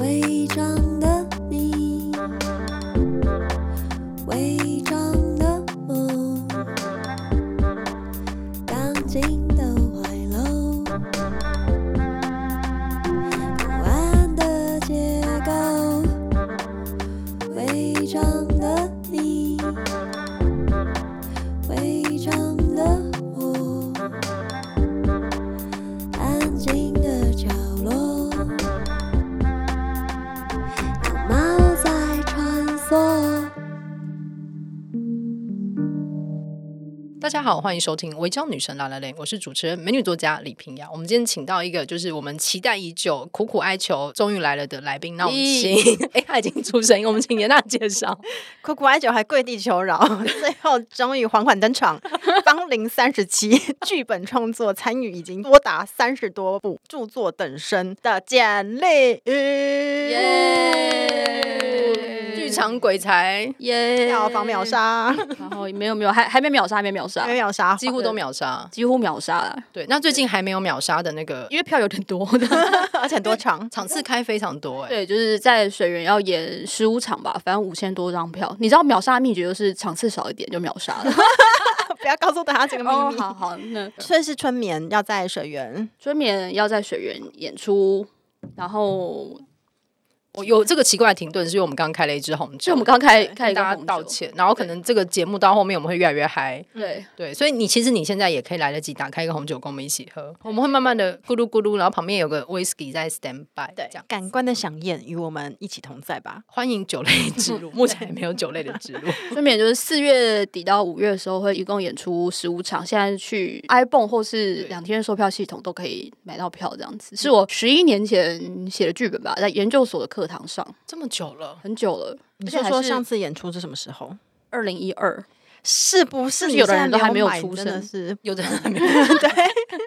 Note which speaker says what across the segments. Speaker 1: 伪装的你，伪装的我，钢筋的怀楼，不安的结构，伪装的你，伪装的我，安静的角落。有猫在穿梭。
Speaker 2: 大家好，欢迎收听《围剿女神拉拉链》，我是主持人美女作家李平雅。我们今天请到一个就是我们期待已久、苦苦哀求，终于来了的来宾。那我们请， 哎、他已经出声音，我们请严娜介绍。
Speaker 3: 苦苦哀求，还跪地求饶， 最后终于缓缓登场。芳龄三十七， 剧本创作参与已经多达三十多部，著作等身的简丽
Speaker 4: 耶
Speaker 3: 瑜，
Speaker 2: 剧场鬼才
Speaker 4: 耶！
Speaker 3: 票房秒， 杀，
Speaker 4: 然后没有没有，还还没秒杀，还没秒杀
Speaker 3: 因，为秒杀
Speaker 2: 几乎都秒杀。
Speaker 4: 几乎秒杀了，
Speaker 2: 对，那最近还没有秒杀的那个，因
Speaker 4: 因
Speaker 2: 为
Speaker 4: 为票有点多
Speaker 3: 而且很多 场，
Speaker 2: 场次开非常多、哎，
Speaker 4: 对，就是在水源要演十五场吧，反正五千多张票。你知道秒杀的秘诀就是场次少一点就秒杀了。
Speaker 3: 不要告诉大家这个秘
Speaker 4: 哦，
Speaker 3: 密。
Speaker 4: 好好，那
Speaker 3: 春是春眠，要在水源，
Speaker 4: 春眠要在水源演出，然后
Speaker 2: 我有这个奇怪的停顿，是因为我们刚刚开了一支红
Speaker 4: 就
Speaker 2: 酒，
Speaker 4: 我们刚开
Speaker 2: 跟
Speaker 4: 开一个
Speaker 2: 大家
Speaker 4: 红酒
Speaker 2: 道，歉，然后可能这个节目到后面我们会越来越嗨。
Speaker 4: 对，
Speaker 2: 对，所以你其实你现在也可以来得及打开一个红酒跟我们一起喝，我们会慢慢的咕噜咕噜，然后旁边有个 whisky 在 stand by，这样
Speaker 3: 感官的响宴与我们一起同在吧。
Speaker 2: 欢迎酒类之 路，目前还没有酒类的之路，
Speaker 4: 春眠就是四月底到五月的时候会一共演出十五场，现在去 iBon 或是两天售票系统都可以买到票，这样子是我十一年前写的剧本吧，在研究所的课堂上，
Speaker 2: 这么久了，
Speaker 4: 很久了，
Speaker 3: 你
Speaker 4: 而且
Speaker 3: 说
Speaker 4: 还
Speaker 3: 说
Speaker 4: 是
Speaker 3: 上次演出是什么时候？
Speaker 4: 二零一二，
Speaker 3: 是不是
Speaker 4: 就是
Speaker 3: 你
Speaker 4: 有的
Speaker 3: 现在
Speaker 4: 人都还没有
Speaker 3: 买
Speaker 4: 出
Speaker 3: 真的
Speaker 4: 生
Speaker 3: 是
Speaker 2: 有的人还没 有，
Speaker 3: 对。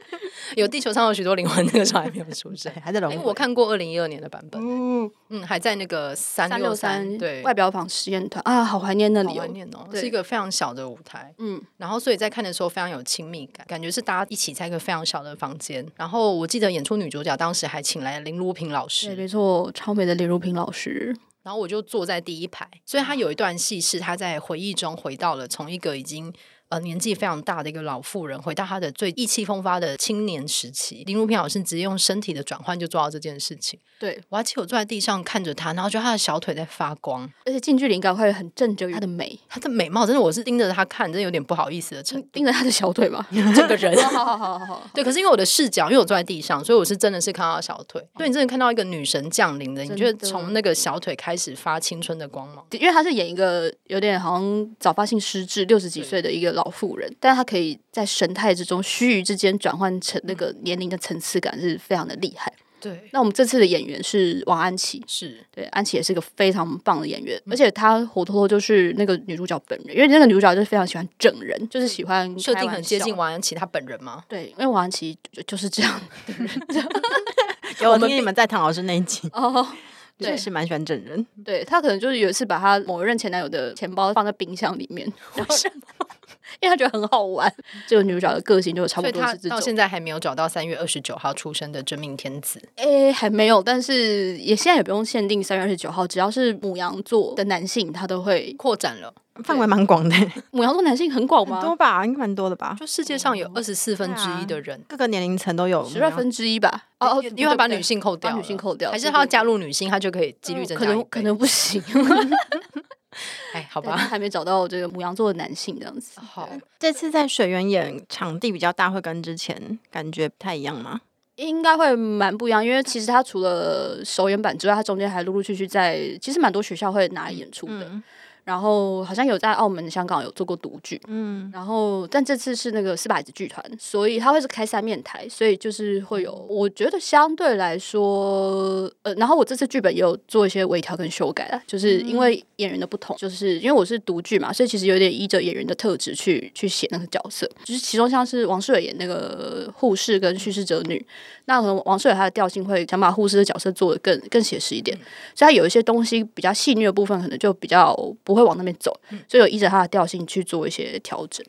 Speaker 2: 有地球上有许多灵魂，那个时候还没有出生
Speaker 3: 对，。还在
Speaker 2: 哎、
Speaker 3: 融
Speaker 2: 我
Speaker 3: 我
Speaker 2: 看过二零一二年的版本，
Speaker 4: 啊嗯，
Speaker 2: 嗯，还在那个三
Speaker 4: 三
Speaker 2: 六
Speaker 4: 六
Speaker 2: 三
Speaker 4: 三
Speaker 2: 对
Speaker 4: 外表坊实验团啊，好怀念那
Speaker 2: 好
Speaker 4: 里
Speaker 2: 怀
Speaker 4: 哦。
Speaker 2: 念哦，
Speaker 4: 对
Speaker 2: 是一个非常小的舞台，
Speaker 4: 嗯，
Speaker 2: 然后所以在看的时候非常有亲密感，感觉是大家一起在一个非常小的房间。然后我记得演出女主角当时还请来林如萍老
Speaker 4: 对，
Speaker 2: 师，
Speaker 4: 没错，超美的李如萍老师，
Speaker 2: 然后我就坐在第一排，所以她有一段戏是她在回忆中回到了从一个已经。呃，年纪非常大的一个老妇人，回到她的最意气风发的青年时期。林如萍老师直接用身体的转换就做到这件事情。
Speaker 4: 对，
Speaker 2: 我还记得我坐在地上看着她，然后觉得她的小腿在发光，
Speaker 4: 而且近距离感会很震惊她的美，
Speaker 2: 她的美貌真的我是盯着她看，真的有点不好意思的程度。
Speaker 4: 盯着她的小腿 嘛。
Speaker 2: 这个人，
Speaker 4: 好好好好好，
Speaker 2: 对，可是因为我的视角，因为我坐在地上，所以我是真的是看到小腿。对你真的看到一个女神降临的，你
Speaker 4: 真
Speaker 2: 觉得
Speaker 4: 的
Speaker 2: 从那个小腿开始发青春的光芒，
Speaker 4: 因为她是演一个有点好像早发性失智六十几岁的一个老妇人，但她可以在神态之中须臾之间转换成那
Speaker 2: 嗯
Speaker 4: 个年龄的层次感是非常的厉害。
Speaker 2: 对，
Speaker 4: 那我们这次的演员是王安琪，
Speaker 2: 是嗯
Speaker 4: 对，安琪也是个非常棒的演员，而且她活脱脱就是那个女主角本人，因为那个女主角就是非常喜欢整人，就是喜欢
Speaker 2: 设
Speaker 4: 开
Speaker 2: 定
Speaker 4: 玩
Speaker 2: 很接
Speaker 4: 笑
Speaker 2: 近。王安琪她本人吗？
Speaker 4: 对，因为王安琪就就是 这样
Speaker 3: 有我听你们在唐老师那一集，
Speaker 4: 哦。对
Speaker 3: 确实蛮喜欢整人。
Speaker 4: 对，她可能就是有一次把她某任前男友的钱包放在冰箱里面，然后因为她觉得很好玩。这个女主角的个性就差
Speaker 2: 所
Speaker 4: 不
Speaker 2: 以
Speaker 4: 多
Speaker 2: 她
Speaker 4: 是这
Speaker 2: 到
Speaker 4: 种，
Speaker 2: 现在还没有找到三月二十九号出生的真命天子，
Speaker 4: 诶，还没有，但是也现在也不用限定三月二十九号，只要是母羊座的男性，他都会。
Speaker 2: 扩展了，
Speaker 3: 范围蛮 广的，很
Speaker 4: 母羊座男性很广吗？
Speaker 3: 多吧，应该蛮多的吧，
Speaker 2: 就世界
Speaker 4: 哦
Speaker 2: 上有二十四分之
Speaker 3: 对
Speaker 2: 一
Speaker 3: 啊
Speaker 2: 的人。
Speaker 3: 各个年龄层都有。
Speaker 4: 十二分之一吧。哦哦，
Speaker 2: 因
Speaker 4: 不
Speaker 2: 为因为
Speaker 4: 对
Speaker 2: 他把
Speaker 4: 不对
Speaker 2: 女性扣掉
Speaker 4: 把
Speaker 2: 了，
Speaker 4: 女性扣掉
Speaker 2: 还是
Speaker 4: 对
Speaker 2: 他要
Speaker 4: 对
Speaker 2: 加入女性，他就可以几率
Speaker 4: 嗯
Speaker 2: 增
Speaker 4: 可
Speaker 2: 加一
Speaker 4: 能
Speaker 2: 倍
Speaker 4: 可能不行，
Speaker 2: 哎，好
Speaker 4: 吧，
Speaker 2: 吧，
Speaker 4: 还没找到这个母羊座的男性这样子。
Speaker 2: 好，
Speaker 3: 这次在水源演场地比较大，会跟之前感觉不太一样吗？
Speaker 4: 应该会蛮不一样，因为其实他除了首演版之外，他中间还陆陆续续在其实蛮多学校会拿来演出的。
Speaker 3: 嗯，
Speaker 4: 然后好像有在澳门、香港有做过独剧，
Speaker 3: 嗯，
Speaker 4: 然后但这次是那个四百子剧团，所以它会是开三面台，所以就是会有，我觉得相对来说，呃，然后我这次剧本也有做一些微调跟修改啦，就是因为演员的不同，就是因为我是独剧嘛，所以其实有点依着演员的特质去去写那个角色，就是其中像是王世伟演那个护士跟叙事者女，那可能王世伟他的调性会想把护士的角色做的更更写实一点，所以他有一些东西比较戏虐的部分，可能就比较不会往那边走，所以有依着他的调性去做一些调整。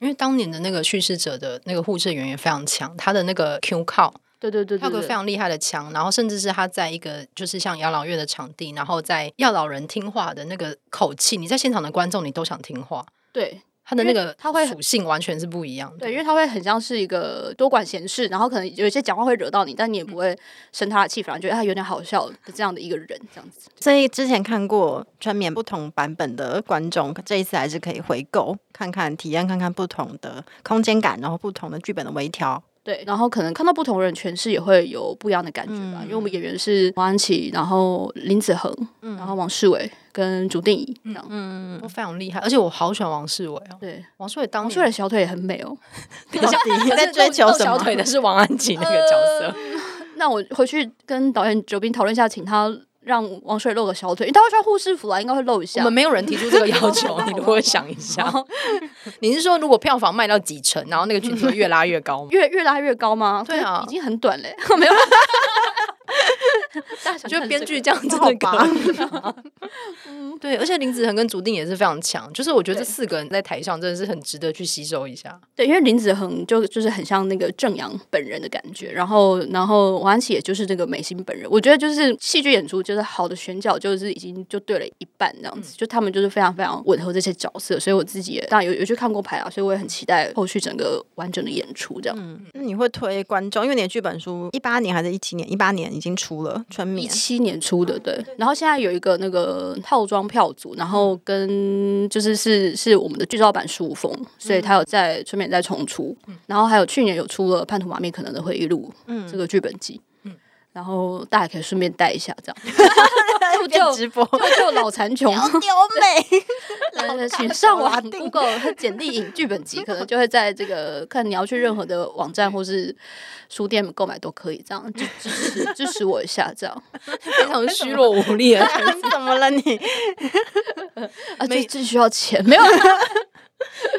Speaker 2: 因为当年的那个叙事者的那个护士人员非常强，他的那个 Q 靠，
Speaker 4: 对对对
Speaker 2: 他
Speaker 4: 对
Speaker 2: 有个
Speaker 4: 对
Speaker 2: 非常厉害的墙，然后甚至是他在一个就是像养老院的场地，然后在要老人听话的那个口气，你在现场的观众你都想听话，
Speaker 4: 对
Speaker 2: 他的那个
Speaker 4: 他会
Speaker 2: 属性完全是不一样的。
Speaker 4: 对，因为他会很像是一个多管闲事，然后可能有一些讲话会惹到你，但你也
Speaker 2: 嗯
Speaker 4: 不会生他的气，反而觉得他有点好笑的这样的一个人，这样子。
Speaker 3: 所以之前看过专免不同版本的观众，这一次还是可以回购看看，体验看看不同的空间感，然后不同的剧本的微调。
Speaker 4: 对，然后可能看到不同人诠释也会有不一样的感觉吧，因为我
Speaker 2: 嗯
Speaker 4: 们演员是王安琪，然后林子恒，然后王世伟跟朱定仪这样。
Speaker 2: 嗯，都非常厉害，而且我好喜欢王世伟哦，
Speaker 4: 对，
Speaker 2: 王世伟当
Speaker 4: 王
Speaker 2: 年
Speaker 4: 世伟的小腿也很美哦。
Speaker 3: 到底你在追求
Speaker 2: 露
Speaker 3: 什
Speaker 2: 小
Speaker 3: 么？
Speaker 2: 腿的是王安琪那个
Speaker 4: 呃
Speaker 2: 角色，
Speaker 4: 那我回去跟导演九斌讨论一下，请他让王世伟露个小腿，因为他会穿护士服啦，应该会露一
Speaker 2: 我
Speaker 4: 下
Speaker 2: 们。没有人提出这个要求，你如果想一 下，你是说如果票房卖到几成，然后那个群组越拉越高吗？
Speaker 4: 越越拉越高吗？
Speaker 2: 对啊
Speaker 4: 可是已经很短嘞， 没有啦。大
Speaker 2: 我
Speaker 4: 小
Speaker 2: 觉得
Speaker 4: 看
Speaker 2: 编
Speaker 4: 这
Speaker 2: 剧
Speaker 4: 个
Speaker 2: 这样真
Speaker 3: 好
Speaker 2: 的
Speaker 3: 吧
Speaker 2: 高。 对，而且林子恒跟竹定也是非常强，就是我觉得这
Speaker 4: 对
Speaker 2: 四个人在台上真的是很值得去吸收一下。
Speaker 4: 对，因为林子恒就就是很像那个正阳本人的感觉，然后然后王安琪也就是这个美心本人。我觉得就是戏剧演出，就是好的选角就是已经就对了一半这样子，
Speaker 2: 嗯
Speaker 4: 就他们就是非常非常吻合这些角色，所以我自己也当然有有去看过牌啊，所以我也很期待后续整个完整的演出这样。
Speaker 3: 那你会推观众，因为你的剧本书一八年还是一七年？一八年已经出了《春
Speaker 4: 一
Speaker 3: 眠》，
Speaker 4: 七年出的，
Speaker 3: 哦
Speaker 4: 对。然后现在有一个那个套装票组，然后跟就是是是我们的剧照版书风，所
Speaker 3: 嗯
Speaker 4: 以他有在春眠在重出，然后还有去年有出了《叛徒马面可能的回忆录》
Speaker 3: 嗯
Speaker 4: 这个剧本集，然后大家可以顺便带一下这样。 就
Speaker 3: 变直播，
Speaker 4: 就就老残穷，
Speaker 3: 丢美。
Speaker 4: 呃请 上
Speaker 3: 老
Speaker 4: 网
Speaker 3: 大
Speaker 4: Google 简历影剧本集，可能就会在这个看你要去任何的网站或是书店购买都可以，这样就支持支持我一下，这样
Speaker 2: 非常虚弱无力 的
Speaker 3: 怎么了你？
Speaker 4: 啊，这这需要钱 没有啊？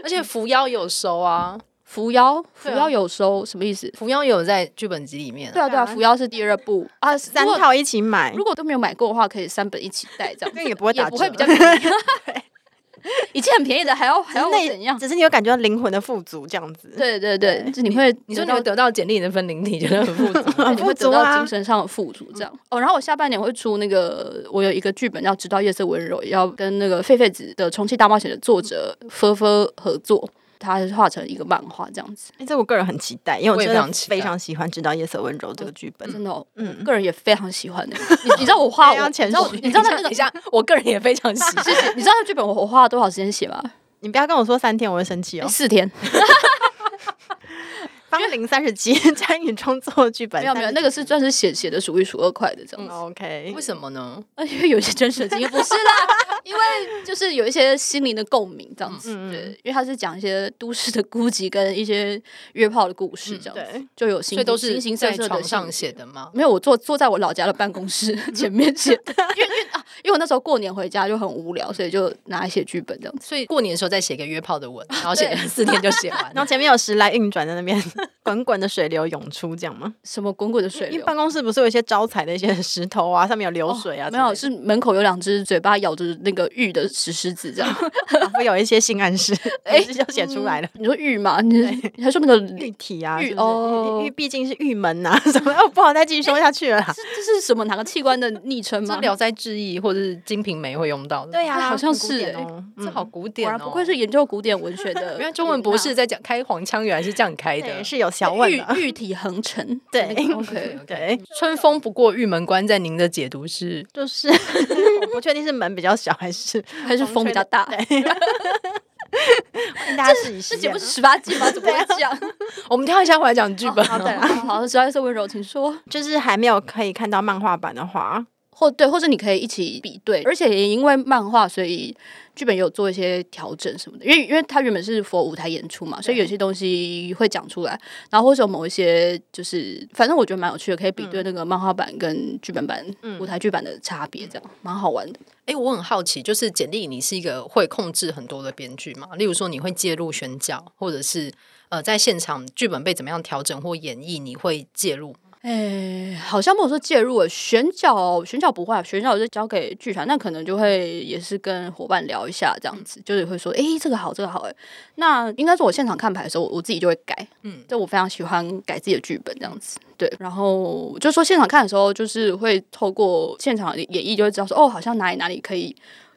Speaker 2: 而且扶摇有收啊，
Speaker 4: 扶摇，扶
Speaker 2: 对啊
Speaker 4: 摇有收什么意思？
Speaker 2: 扶摇也有在剧本集里面、
Speaker 4: 对啊，对啊，
Speaker 3: 对啊
Speaker 4: 扶摇是第二部啊，
Speaker 3: 三
Speaker 4: 如果。
Speaker 3: 套一起买
Speaker 4: 如，果都没有买过的话，可以三本一起带这样
Speaker 3: 那
Speaker 4: 子，
Speaker 3: 也不会打
Speaker 4: 也不会
Speaker 3: 折
Speaker 4: 比较 便宜。 已经很便宜的，还要还要我
Speaker 3: 那
Speaker 4: 怎样？
Speaker 3: 只是你有感觉到灵魂的富足这样子。
Speaker 4: 对对对，就你会
Speaker 2: 你说你
Speaker 4: 得
Speaker 2: 会
Speaker 4: 到
Speaker 2: 得到简历的分灵体，觉得很复 杂。
Speaker 4: 对你
Speaker 3: 富
Speaker 4: 会得
Speaker 3: 足啊嗯
Speaker 4: 到精神上的富足，这样哦。然后我下半年会出那个，我有一个剧本叫《直到夜色温柔》，要跟那个狒狒子的《重庆大冒险》的作者菲菲合作，他画成一个漫画这样子。
Speaker 3: 哎，这我个人很期待，因为
Speaker 2: 我
Speaker 3: 我
Speaker 2: 也
Speaker 3: 真
Speaker 2: 非常
Speaker 3: 的
Speaker 2: 期待
Speaker 3: 非常喜欢《直到夜色温柔》这个剧本。
Speaker 4: 真的、哦，
Speaker 3: 嗯
Speaker 4: 嗯，个人也非常喜欢的。 你你知道我画，
Speaker 3: 要
Speaker 4: 我你
Speaker 3: 潜
Speaker 4: 知道我
Speaker 3: 水
Speaker 4: 你知道那
Speaker 2: 等
Speaker 4: 个
Speaker 2: 一 下，我个人也非常喜 欢。
Speaker 4: 是是，你知道那剧本我我花了多少时间写吗？
Speaker 3: 你不要跟我说三天，我会生气哦。
Speaker 4: 四天，哎
Speaker 3: 芳龄三十七， 参与创作剧本，哦
Speaker 4: 没有没有，那个是算是写写的数一数二快的这样子。
Speaker 2: 嗯
Speaker 3: OK
Speaker 2: 为。什么呢？
Speaker 4: 呃因为有一些真实的经验，不是啦，因为就是有一些心灵的共鸣这样子。
Speaker 3: 嗯嗯
Speaker 4: 对，因为他是讲一些都市的孤寂跟一些约炮的故事这样子，
Speaker 3: 对
Speaker 4: 就有
Speaker 2: 嗯
Speaker 4: 形
Speaker 2: 所以都是
Speaker 4: 形形色
Speaker 2: 在
Speaker 4: 色的
Speaker 2: 床
Speaker 4: 性
Speaker 2: 上
Speaker 4: 别
Speaker 2: 写的吗？
Speaker 4: 没有，我坐坐在我老家的办公室 前面写的， 因为因为啊，因为我那时候过年回家就很无聊，所以就拿来写剧本这样子。
Speaker 2: 所以过年的时候再写个约炮的文，然后写四天就写完
Speaker 3: 然
Speaker 2: 了。
Speaker 3: 后前面有时来运转在那边， 滚滚的水流涌出，这样吗？
Speaker 4: 什么滚滚的水
Speaker 3: 因为
Speaker 4: 流，
Speaker 3: 办公室不是有一些招财的一些石头啊，上面有流
Speaker 4: 哦
Speaker 3: 水啊之
Speaker 4: 没
Speaker 3: 类的，
Speaker 4: 有，是门口有两只嘴巴咬着那个玉的石狮子这样。
Speaker 3: 仿佛有一些性暗 示， 哎，就写出来了。
Speaker 4: 你说玉嘛？你你还说 那个
Speaker 3: 玉体啊，
Speaker 4: 嗯玉
Speaker 3: 是不是
Speaker 4: 哦
Speaker 3: 玉玉毕竟是玉门呐、什么？哦，不好再继续说下去了啦。
Speaker 4: 这是什么哪个器官的昵称
Speaker 2: 这
Speaker 4: 吗
Speaker 2: 《聊斋志异》或者是《金瓶梅》会用到的。
Speaker 3: 对啊，
Speaker 4: 好像
Speaker 3: 很古
Speaker 4: 是
Speaker 3: 典
Speaker 4: 哎
Speaker 3: 哦
Speaker 2: 这好古典
Speaker 4: 果
Speaker 2: 哦！
Speaker 4: 然不愧是研究古典文 学的啊
Speaker 2: 因为中文博士在讲开黄腔，原来是这样开的
Speaker 3: 对，。是有小问
Speaker 4: 玉
Speaker 3: 的。
Speaker 4: 玉体横陈，
Speaker 3: 对
Speaker 4: 那 个 OK，
Speaker 3: 对，
Speaker 2: 春风不过玉门关，在您的解读是，
Speaker 3: 就是 我不确定是门比较小还是
Speaker 4: 还是风比较大。
Speaker 3: 欢迎大家试一试。
Speaker 4: 这节 目是十八禁吗？怎么会这样？
Speaker 2: 我们跳一下回来 讲剧本。
Speaker 3: 啊哦好对
Speaker 4: 好，十二色温柔，请说。
Speaker 3: 就是还没有可以看到漫画版的话，
Speaker 4: 或对，或者你可以一起比对，而且也因为漫画，所以剧本也有做一些调整什么的。因为因为它原本是 for 舞台演出嘛，所以有些东西会讲出来，然后或者有某一些就是，反正我觉得蛮有趣的，可以比对那个漫画版跟剧本版、舞台剧版的差别，这样蛮好玩的。
Speaker 2: 哎、我很好奇，就是简历，你是一个会控制很多的编剧嘛？例如说，你会介入宣教，或者是呃，在现场剧本被怎么样调整或演绎，你会介入吗？
Speaker 4: 哎、好像没有说介入了，选角选角不会、啊，选角就交给剧团，那可能就会也是跟伙伴聊一下这样子，就是会说，哎、这个好，这个好、哎，那应该是我现场看牌的时候，我我自己就会改，
Speaker 2: 嗯
Speaker 4: 嗯，就我非常喜欢改自己的剧本这样子，对，然后就说现场看的时候，就是会透过现场的演绎，就会知道说，哦，好像哪里哪里可以。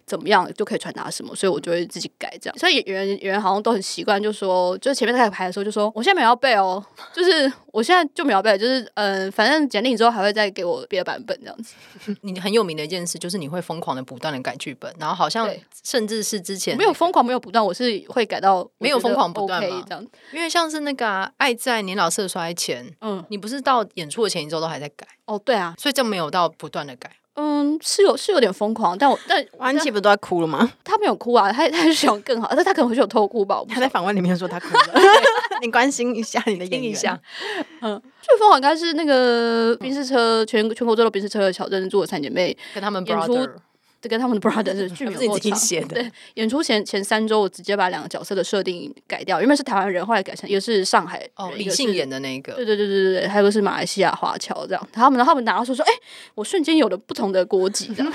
Speaker 4: 怎么样就可以传达什么，所以我就会自己改这样。所以演员演员好像都很习惯，就说，就前面在开始排的时候就说，我现在没有要背哦，就是我现在就没有要背，就是嗯、呃反正简历之后还会再给我别的版本这样子。
Speaker 2: 你很有名的一件事就是你会疯狂的不断的改剧本，然后好像
Speaker 4: 对
Speaker 2: 甚至是之前
Speaker 4: 没有疯狂，没有不断，我是会改到
Speaker 2: 没有疯狂不断
Speaker 4: OK
Speaker 2: 吗
Speaker 4: 这样。
Speaker 2: 因为像是那个、啊《爱在年老色衰前》，
Speaker 4: 嗯，
Speaker 2: 你不是到演出的前一周都还在改，
Speaker 4: 哦对啊，
Speaker 2: 所以这没有到不断的改。
Speaker 4: 嗯，是有是有点疯狂，但我但
Speaker 3: 安琪不都在哭了 吗？
Speaker 4: 他没有哭啊，他他是想更好，但他可能会是有偷哭吧，我不
Speaker 3: 她
Speaker 4: 知
Speaker 3: 在
Speaker 4: 道。
Speaker 3: 访问里面说她哭了， 你关心一下你的演员。，
Speaker 4: 最疯狂应该是那个冰室车全全国最多冰室车的小珍珠的三姐妹，
Speaker 2: 跟他们
Speaker 4: 演出
Speaker 2: brother
Speaker 4: 这跟他们的 brother 是剧
Speaker 2: 还
Speaker 4: 名
Speaker 2: 不是你
Speaker 4: 落
Speaker 2: 自己
Speaker 4: 差
Speaker 2: 写的，
Speaker 4: 对，演出前前三周，我直接把两个角色的设定改掉，原本是台湾人，后来改成也是上海人
Speaker 2: 哦，
Speaker 4: 一
Speaker 2: 李
Speaker 4: 个
Speaker 2: 信
Speaker 4: 是
Speaker 2: 演的那个
Speaker 4: 对对对对对，还有一个是马来西亚华侨这样，他们然后他们拿到说说，哎、我瞬间有了不同的国籍这样，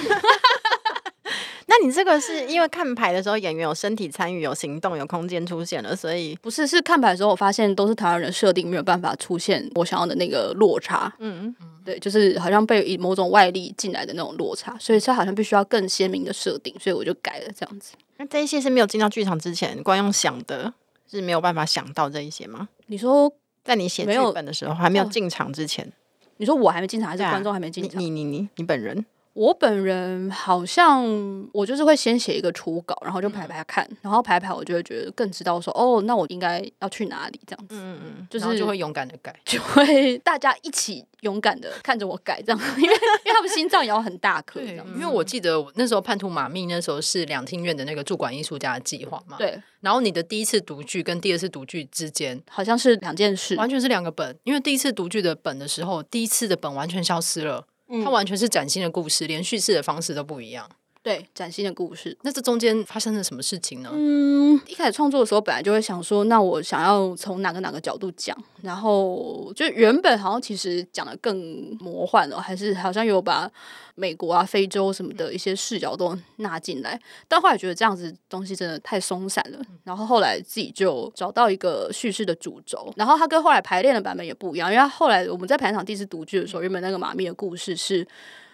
Speaker 3: 那你这个是因为看牌的时候演员有身体参与、有行动、有空间出现了，所以
Speaker 4: 不是是看牌的时候我发现都是台湾人设定没有办法出现我想要的那个 落差，
Speaker 3: 嗯，
Speaker 4: 对，就是好像被以某种外力进来的那种落差，所以他好像必须要更鲜明的设定，所以我就改了这样子。
Speaker 3: 那这一些是没有进到剧场之前，光用想的是没有办法想到这一些吗？
Speaker 4: 你说
Speaker 3: 在你写
Speaker 4: 没
Speaker 3: 剧
Speaker 4: 有
Speaker 3: 本的时候，还没有
Speaker 4: 哦
Speaker 3: 进场之前，
Speaker 4: 你说我还没进场，还是
Speaker 3: 对啊
Speaker 4: 观众还没进
Speaker 3: 你
Speaker 4: 场？
Speaker 3: 你你你你本人，
Speaker 4: 我本人好像我就是会先写一个初稿，然后就排排看，然后排排我就会觉得更知道说哦，那我应该要去哪里这样子，
Speaker 3: 嗯嗯，
Speaker 4: 就
Speaker 2: 然后
Speaker 4: 是
Speaker 2: 就会勇敢的改。
Speaker 4: 就会大家一起勇敢的看着我改这样，因为因为他们心脏也要很大颗这
Speaker 2: 对
Speaker 4: 样，
Speaker 2: 因为我记得我那时候叛徒马密那时候是两厅院的那个驻馆艺术家的计划嘛，。
Speaker 4: 对，
Speaker 2: 然后你的第一次读剧跟第二次读剧之间
Speaker 4: 好像是两件事，
Speaker 2: 完全是两个本，因为第一次读剧的本的时候，第一次的本完全消失了，它完全是崭新的故事，连叙事的方式都不一样。
Speaker 4: 对崭新的故事。
Speaker 2: 那这中间发生了什么事情呢？
Speaker 4: 嗯，一开始创作的时候，本来就会想说，那我想要从哪个哪个角度讲，然后就原本好像其实讲的更魔幻了，还是好像有把美国啊、非洲什么的一些视角都纳进来，但后来觉得这样子东西真的太松散了，然后后来自己就找到一个叙事的主轴，然后它跟后来排练的版本也不一样，因为它后来我们在排练场第一次读剧的时候，原本那个马密的故事是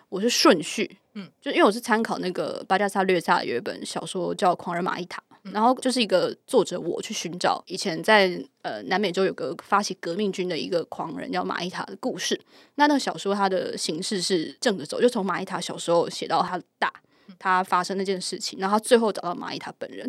Speaker 4: 我是顺序，就因为我是参考那个巴加萨略萨有一本小说叫《狂人马伊塔》，然后就是一个作者我去寻找以前在呃南美洲有个发起革命军的一个狂人叫马伊塔的故事。那那个小说它的形式是正着走，就从马伊塔小时候写到他大。他发生那件事情，然后他最后找到马伊塔本人，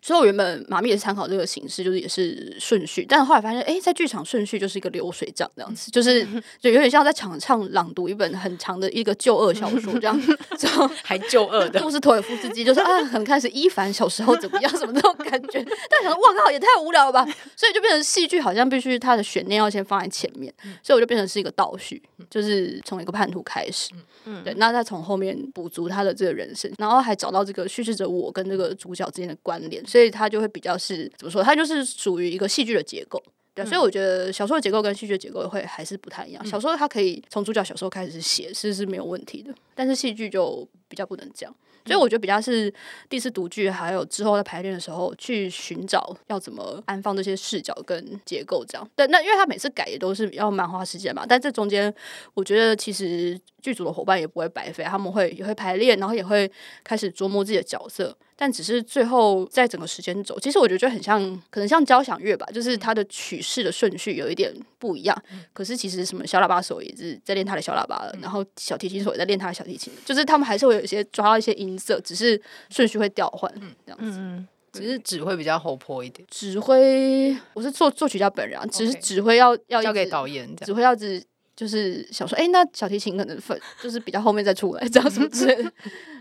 Speaker 4: 所以我原本马密也是参考这个形式，就是也是顺序，但后来发现，诶，在剧场顺序就是一个流水账这样子，就是就有点像在场上朗读一本很长的一个旧恶小说这样，之后
Speaker 2: 还旧恶的，
Speaker 4: 都是托尔夫斯基，就是啊，很开始伊凡小时候怎么样，什么那种感 觉。但想说，哇靠，也太无聊了吧！所以就变成戏剧，好像必须它的悬念要先放在前面，
Speaker 2: 嗯
Speaker 4: 所以我就变成是一个倒叙，就是从一个叛徒开始，
Speaker 3: 嗯
Speaker 4: 对，那再从后面补足他的这个人生，然后还找到这个叙事者我跟这个主角之间的关联，所以他就会比较是怎么说，他就是属于一个戏剧的结构。对，啊所以我觉得小说的结构跟戏剧的结构会还是不太一样。小说它可以从主角小时候开始写，是是没有问题的，但是戏剧就比较不能这样。所以我觉得比较是第一次读剧，还有之后在排练的时候去寻找要怎么安放这些视角跟结构这样。但那因为他每次改也都是要蛮花时间嘛，但这中间我觉得其实剧组的伙伴也不会白费，他们会也会排练，然后也会开始琢磨自己的角色。但只是最后在整个时间轴，其实我觉得就很像，可能像交响乐吧，就是它的曲式的顺序有一点不一样。
Speaker 2: 嗯
Speaker 4: 可是其实什么小喇叭手也是在练他的小喇叭了，然后小提琴手也在练他的小提琴，就是他们还是会有一些抓到一些音色，只是顺序会调换这样子。
Speaker 3: 嗯，
Speaker 2: 只是只会比较活泼一点，
Speaker 4: 指挥我是作作曲家本人、啊，只是
Speaker 2: OK
Speaker 4: 指挥要要一
Speaker 2: 交给
Speaker 4: 直
Speaker 2: 导演这
Speaker 4: 只
Speaker 2: 样。
Speaker 4: 会要一直就是想说，哎、那小提琴可能分就是比较后面再出来，这样什么之类的。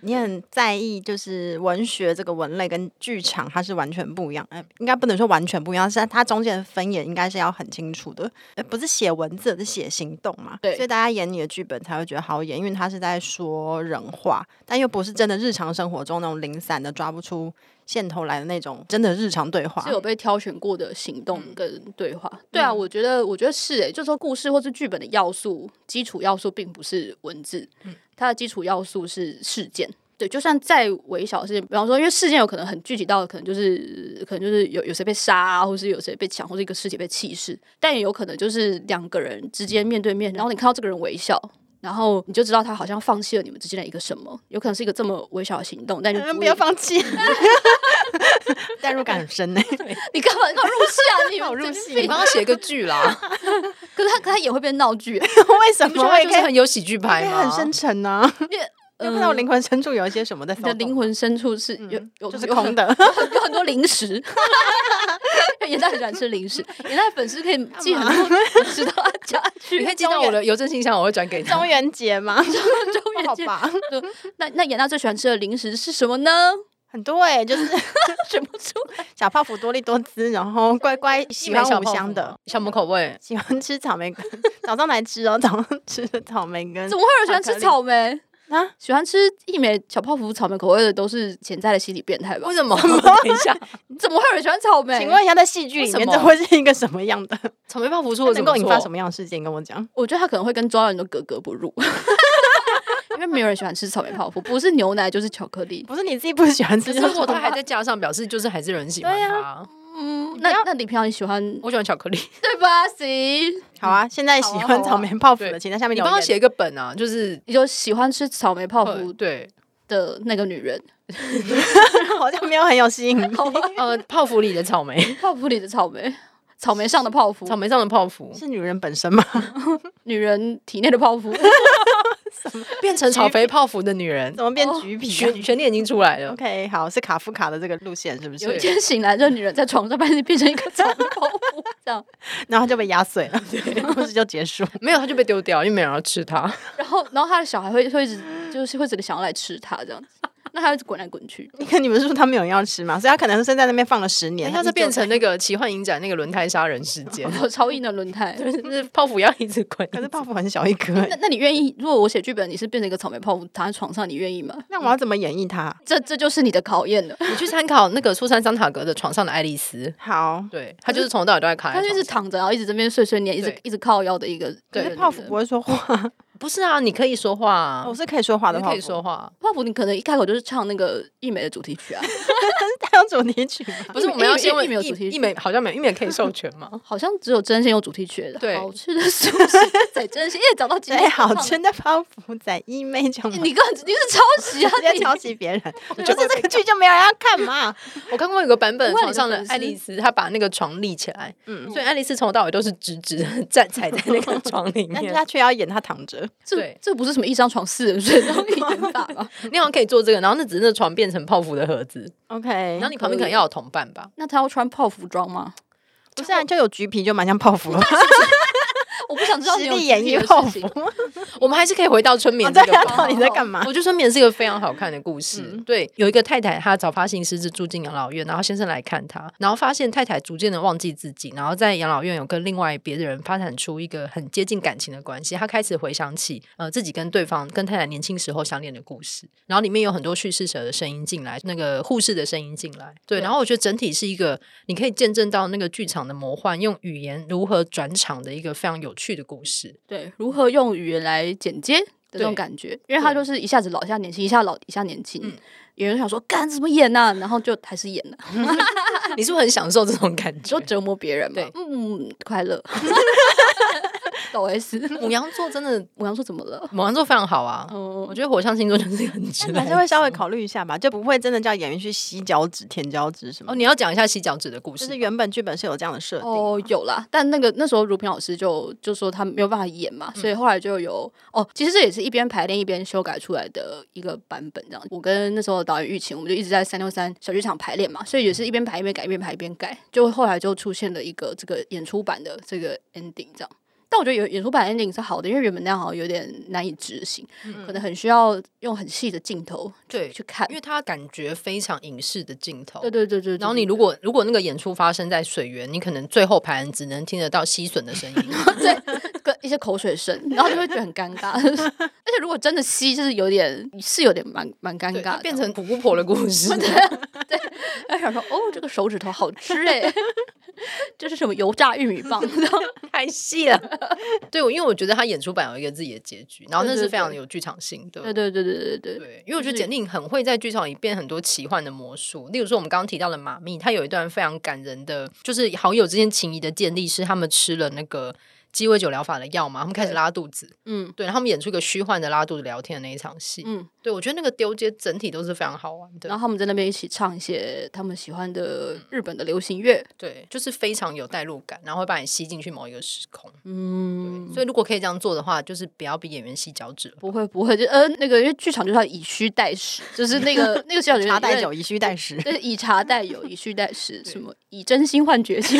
Speaker 3: 你很在意就是文学这个文类跟剧场它是完全不一样，呃，应该不能说完全不一样，是它中间的分野应该是要很清楚的，呃，不是写文字，是写行动嘛。
Speaker 4: 对
Speaker 3: 所以大家演你的剧本才会觉得好演，因为它是在说人话，但又不是真的日常生活中那种零散的抓不出线头来的那种真的日常对话
Speaker 4: 是。有被挑选过的行动
Speaker 3: 嗯
Speaker 4: 跟对话。对啊，我觉得，我觉得是诶、就说故事或是剧本的要素，基础要素并不是文字，
Speaker 3: 嗯
Speaker 4: 它的基础要素是事件。对，就算再微小的事件，比方说，因为事件有可能很具体到，可能就是可能就是有有谁被杀、啊，或是有谁被抢，或是一个尸体被弃尸，但也有可能就是两个人之间面对面，然后你看到这个人微笑。然后你就知道他好像放弃了你们之间的一个什么，有可能是一个这么微小的行动，但你
Speaker 3: 嗯，
Speaker 4: 足
Speaker 3: 不要
Speaker 4: 以
Speaker 3: 放 弃， 代入感很深呢、
Speaker 4: 你干嘛？你给我入戏啊！ 你
Speaker 3: 我入
Speaker 4: 神经
Speaker 3: 戏
Speaker 4: 病
Speaker 2: 你帮他写个剧啦，
Speaker 4: 可是他，可他也会变闹 剧欸，
Speaker 3: 为 什
Speaker 2: 你觉
Speaker 3: 么
Speaker 2: 得
Speaker 3: 我
Speaker 2: 他
Speaker 3: 也
Speaker 2: 就
Speaker 3: 可
Speaker 2: 是
Speaker 3: 以
Speaker 2: 啊很有 喜剧
Speaker 3: 可
Speaker 2: 派
Speaker 3: 以
Speaker 2: 吗？嗯
Speaker 3: 很深沉呢、啊？
Speaker 4: 呃
Speaker 3: 就看到灵魂深处有一些什么在骚
Speaker 4: 你
Speaker 3: 动嗯
Speaker 4: 的灵魂深处是有有
Speaker 3: 就是
Speaker 4: 有很
Speaker 3: 空的，
Speaker 4: 有很有很多零食。 也在很喜欢吃零食，也在粉丝可以寄很多零食到他 家去。
Speaker 2: 你可以寄到我的邮政信箱，我会转给他
Speaker 3: 中。元节嘛，
Speaker 4: 中元
Speaker 3: 好
Speaker 4: 节
Speaker 3: 吧，
Speaker 4: 那那妍娜最喜欢吃的零食是什么呢？
Speaker 3: 很多 哎、就是
Speaker 4: 选不出来。
Speaker 3: 小泡芙多利多姿，然后乖乖喜欢五香的，
Speaker 2: 小母口味，
Speaker 3: 喜欢吃草莓，早上来吃哦，早上吃的草莓跟
Speaker 4: 怎么会有人喜欢吃草莓？
Speaker 3: 啊，
Speaker 4: 喜欢吃一枚小泡芙草莓口味的都是潜在的心理变态吧
Speaker 2: 为？什么？等一下，
Speaker 4: 怎么会有人喜欢草莓？
Speaker 3: 请问一下，在戏剧里
Speaker 2: 为
Speaker 3: 面
Speaker 2: 什么
Speaker 3: 这会是一个什么样的？
Speaker 2: 草莓泡芙出
Speaker 3: 它
Speaker 2: 了
Speaker 3: 能够引发什
Speaker 2: 么
Speaker 3: 么样的事件？跟我讲，
Speaker 4: 我觉得他可能会跟抓人都格格不入， 因为没有人喜欢吃草莓泡芙，不是牛奶就是巧克力。
Speaker 3: 不是你自己不喜欢
Speaker 2: 错？
Speaker 3: 吃，
Speaker 2: 可是如果他还在架上，表示就是还是有人喜欢他。
Speaker 4: 嗯，那那你平常你喜欢
Speaker 2: 我喜欢巧克力，
Speaker 4: 对吧？行，
Speaker 3: 好啊。现在喜欢草莓泡芙
Speaker 2: 对
Speaker 3: 的，请在下 面
Speaker 2: 你
Speaker 3: 留
Speaker 2: 帮他
Speaker 3: 言。
Speaker 2: 写一个本啊，就是
Speaker 4: 你就喜欢吃草莓泡
Speaker 2: 呃
Speaker 4: 芙
Speaker 2: 对，
Speaker 4: 的那个女人，
Speaker 3: 好像没有很有吸引力，
Speaker 2: 呃，泡芙里的草莓，
Speaker 4: 泡芙里的草莓，草莓上的泡芙，
Speaker 2: 草莓上的泡芙
Speaker 3: 是女人本身吗？
Speaker 4: 女人体内的泡芙。
Speaker 2: 变成草肥泡芙的女 人，
Speaker 3: 怎么变橘皮啊
Speaker 2: 悬悬念已经出来 了。
Speaker 3: ？OK，好，是卡夫卡的这个路线是不
Speaker 4: 有一
Speaker 3: 是？
Speaker 4: 天醒来，这女人在床上把你变成一个草莓泡芙，这样，
Speaker 3: 然后就被压碎了，故事就结束。
Speaker 2: 没有，他就被丢掉，因为没有人要吃 它。
Speaker 4: 然后然后他的小孩会会一直就是会一直想要来吃它这样子，那他就滚来滚去。
Speaker 3: 你看你们是说他没有人要吃嘛，所以他可能是在那边放了十年，
Speaker 2: 等一下
Speaker 3: 他
Speaker 2: 就
Speaker 3: 依旧
Speaker 2: 哎变成
Speaker 3: 在
Speaker 2: 那个奇幻影展那个轮胎杀人事件，
Speaker 4: 我超硬的轮胎，
Speaker 2: 就是泡芙要一直哎滚。
Speaker 3: 可是泡芙很小一颗欸、
Speaker 4: 那那你愿意？如果我写剧本，你是变成一个草莓泡芙躺在床上，你愿意吗？
Speaker 3: 那我要怎么演绎它？
Speaker 4: 这这就是你的考验了。
Speaker 2: 你去参考那个苏珊·桑塔格的《床上的爱丽丝》，
Speaker 3: 好，
Speaker 2: 对她就是从头到尾都在卡在
Speaker 4: 他
Speaker 2: 床
Speaker 4: 就
Speaker 2: 上。
Speaker 4: 是躺着，啊然后一直这边碎碎念，一直
Speaker 2: 对
Speaker 4: 一直靠腰的一个。
Speaker 2: 对
Speaker 3: 可
Speaker 4: 一个
Speaker 3: 是泡芙
Speaker 4: 女
Speaker 3: 不
Speaker 4: 人
Speaker 3: 会说话，
Speaker 2: 不是啊？你可以说话啊，
Speaker 3: 我是可以说话的
Speaker 2: 你
Speaker 3: 泡芙，
Speaker 2: 可以说话。啊
Speaker 4: 泡芙，你可能一开口就是唱那个艺美的主题曲啊，
Speaker 3: 它有主题曲吗，
Speaker 2: 不是，
Speaker 4: 一
Speaker 2: 我们要
Speaker 4: 一
Speaker 2: 先问
Speaker 4: 一美有主题曲
Speaker 2: 一美好像没有一美可以授权吗？
Speaker 4: 好像只有真心有主题 曲的。
Speaker 2: 对
Speaker 4: 好吃的素食仔真心，因为找到今
Speaker 3: 最
Speaker 4: 天
Speaker 3: 好
Speaker 4: 唱的
Speaker 3: 吃。的泡芙在一妹讲吗？
Speaker 4: 你根本你是抄袭啊！
Speaker 3: 直接
Speaker 4: 你
Speaker 3: 抄 袭别人，我觉得这个剧就没有人要看嘛。
Speaker 2: 我看过有个版本
Speaker 4: 不会
Speaker 2: 床上的
Speaker 4: 你的粉丝
Speaker 2: 爱丽丝，她把那个床立起来，
Speaker 3: 嗯
Speaker 2: 所以爱丽丝从头到尾都是直直的站踩在那个床里
Speaker 3: 但是
Speaker 2: 面
Speaker 3: 他。却要演他躺着，
Speaker 4: 这
Speaker 2: 对
Speaker 4: 这不是什么一张床四人睡那种 演法吧？
Speaker 2: 你好像可以做这个，然后那只是那床变成泡芙的盒子，
Speaker 3: OK，
Speaker 2: 然后你旁边可能要有同伴吧。
Speaker 4: 那他要穿泡芙装吗？
Speaker 3: 不是啊，就有橘皮就蛮像泡芙了，
Speaker 4: 我不想知道你
Speaker 3: 实
Speaker 4: 有
Speaker 3: 力演
Speaker 4: 具体
Speaker 3: 绎
Speaker 4: 的
Speaker 3: 泡
Speaker 4: 事
Speaker 3: 芙
Speaker 4: 情。
Speaker 2: 我们还是可以回到春
Speaker 3: 哦
Speaker 2: 眠这
Speaker 3: 对
Speaker 2: 个
Speaker 3: 啊，
Speaker 2: 吧
Speaker 3: 到底在干嘛？
Speaker 2: 我觉得《春眠》是一个非常好看的故事。
Speaker 3: 嗯
Speaker 2: 对，有一个太太，她早发性失智，住进养老院，然后先生来看她，然后发现太太逐渐的忘记自己，然后在养老院有跟另外别的人发展出一个很接近感情的关系。她开始回想起呃自己跟对方跟太太年轻时候相恋的故事，然后里面有很多叙事者的声音进来，那个护士的声音进来，对，
Speaker 4: 对
Speaker 2: 然后我觉得整体是一个你可以见证到那个剧场的魔幻，用语言如何转场的一个非常有趣的故 事。
Speaker 4: 对，如何用语言来剪接的那种
Speaker 2: 对
Speaker 4: 感觉，因为他
Speaker 2: 对
Speaker 4: 就是一下子老一下年轻，一下老一下年轻
Speaker 2: 嗯，
Speaker 4: 有人想说干怎么演呐、然后就还是演了、
Speaker 2: 你是不是很享受这种感
Speaker 4: 你
Speaker 2: 觉
Speaker 4: 说？折磨别人嘛，
Speaker 2: 对
Speaker 4: 嗯，快 乐，抖 S，
Speaker 2: 母羊座真的
Speaker 4: 我想说怎么了？
Speaker 2: 母羊座非常好啊，
Speaker 4: 嗯
Speaker 2: 我，觉得火象星座就是很直
Speaker 3: 但你
Speaker 2: 男
Speaker 3: 还是。会稍微考虑一下吧，就不会真的叫演员去吸脚趾、舔脚趾什
Speaker 2: 哦，
Speaker 3: 么的。
Speaker 2: 你要讲一下洗脚趾的故事
Speaker 3: 就是。原本剧本是有这样的设定，
Speaker 4: 哦，有啦，但那个那时候如萍老师就就说他没有办法演嘛，
Speaker 2: 嗯
Speaker 4: 所以后来就有哦，其实这也是一边排练一边修改出来的一个版本这样。我跟那时候的导演玉琴，我们就一直在三六三小剧场排练嘛，所以也是一边排一边改，一边排一边改，就后来就出现了一个这个演出版的这个 ending 这样。但我觉得有演出版 ending 是好的，因为原本那样好像有点难以执行，可能很需要用很细的镜头
Speaker 2: 嗯对，
Speaker 4: 去看
Speaker 2: 因。为它感觉非常影视的镜头。
Speaker 4: 对对对对，对
Speaker 2: 然后你如果如果那个演出发生在水源，你可能最后盘只能听得到吸吮的声音。
Speaker 4: 对跟一些口水声，然后就会觉得很尴尬。 而且如果真的吸，就是有点是有点蛮蛮尴
Speaker 2: 对，
Speaker 4: 尬
Speaker 2: 它
Speaker 4: 的，
Speaker 2: 变成姑姑婆的故 事。
Speaker 4: 然后想说哦，这个手指头好 吃哎、这是什么油炸玉米 棒？然后
Speaker 2: 太细了。对，我因为我觉得他演出版有一个自己的结局，然后那
Speaker 4: 对对
Speaker 2: 是非常
Speaker 4: 对
Speaker 2: 有剧场性的。
Speaker 4: 对对对对对对，
Speaker 2: 对，因为我觉得简令很会在剧场里变很多奇幻的魔术，例如说我们刚刚提到的马密，他有一段非常感人的，就是好友之间情谊的建立是他们吃了那个鸡尾酒疗法的药嘛，他们开始
Speaker 4: 对
Speaker 2: 拉肚子，
Speaker 4: 嗯
Speaker 2: 对，然后他们演出一个虚幻的拉肚子聊天的那一场戏，
Speaker 4: 嗯。
Speaker 2: 对我觉得那个丢接整体都是非常好玩
Speaker 4: 然
Speaker 2: 的，
Speaker 4: 后他们在那边一起唱一些他们喜欢的日本的流行乐，
Speaker 2: 对，就是非常有代入感，然后会把你吸进去某一个时空，
Speaker 4: 嗯，
Speaker 2: 所以如果可以这样做的话，就是不要比演员细脚趾了。
Speaker 4: 不会不会，就呃那个因为剧场就是要以虚代实，就是那 个那个剧场
Speaker 3: 茶代
Speaker 4: 有
Speaker 3: 酒，以虚代实。
Speaker 4: 对，以茶代友，以虚代 实，什么以真心换绝 情。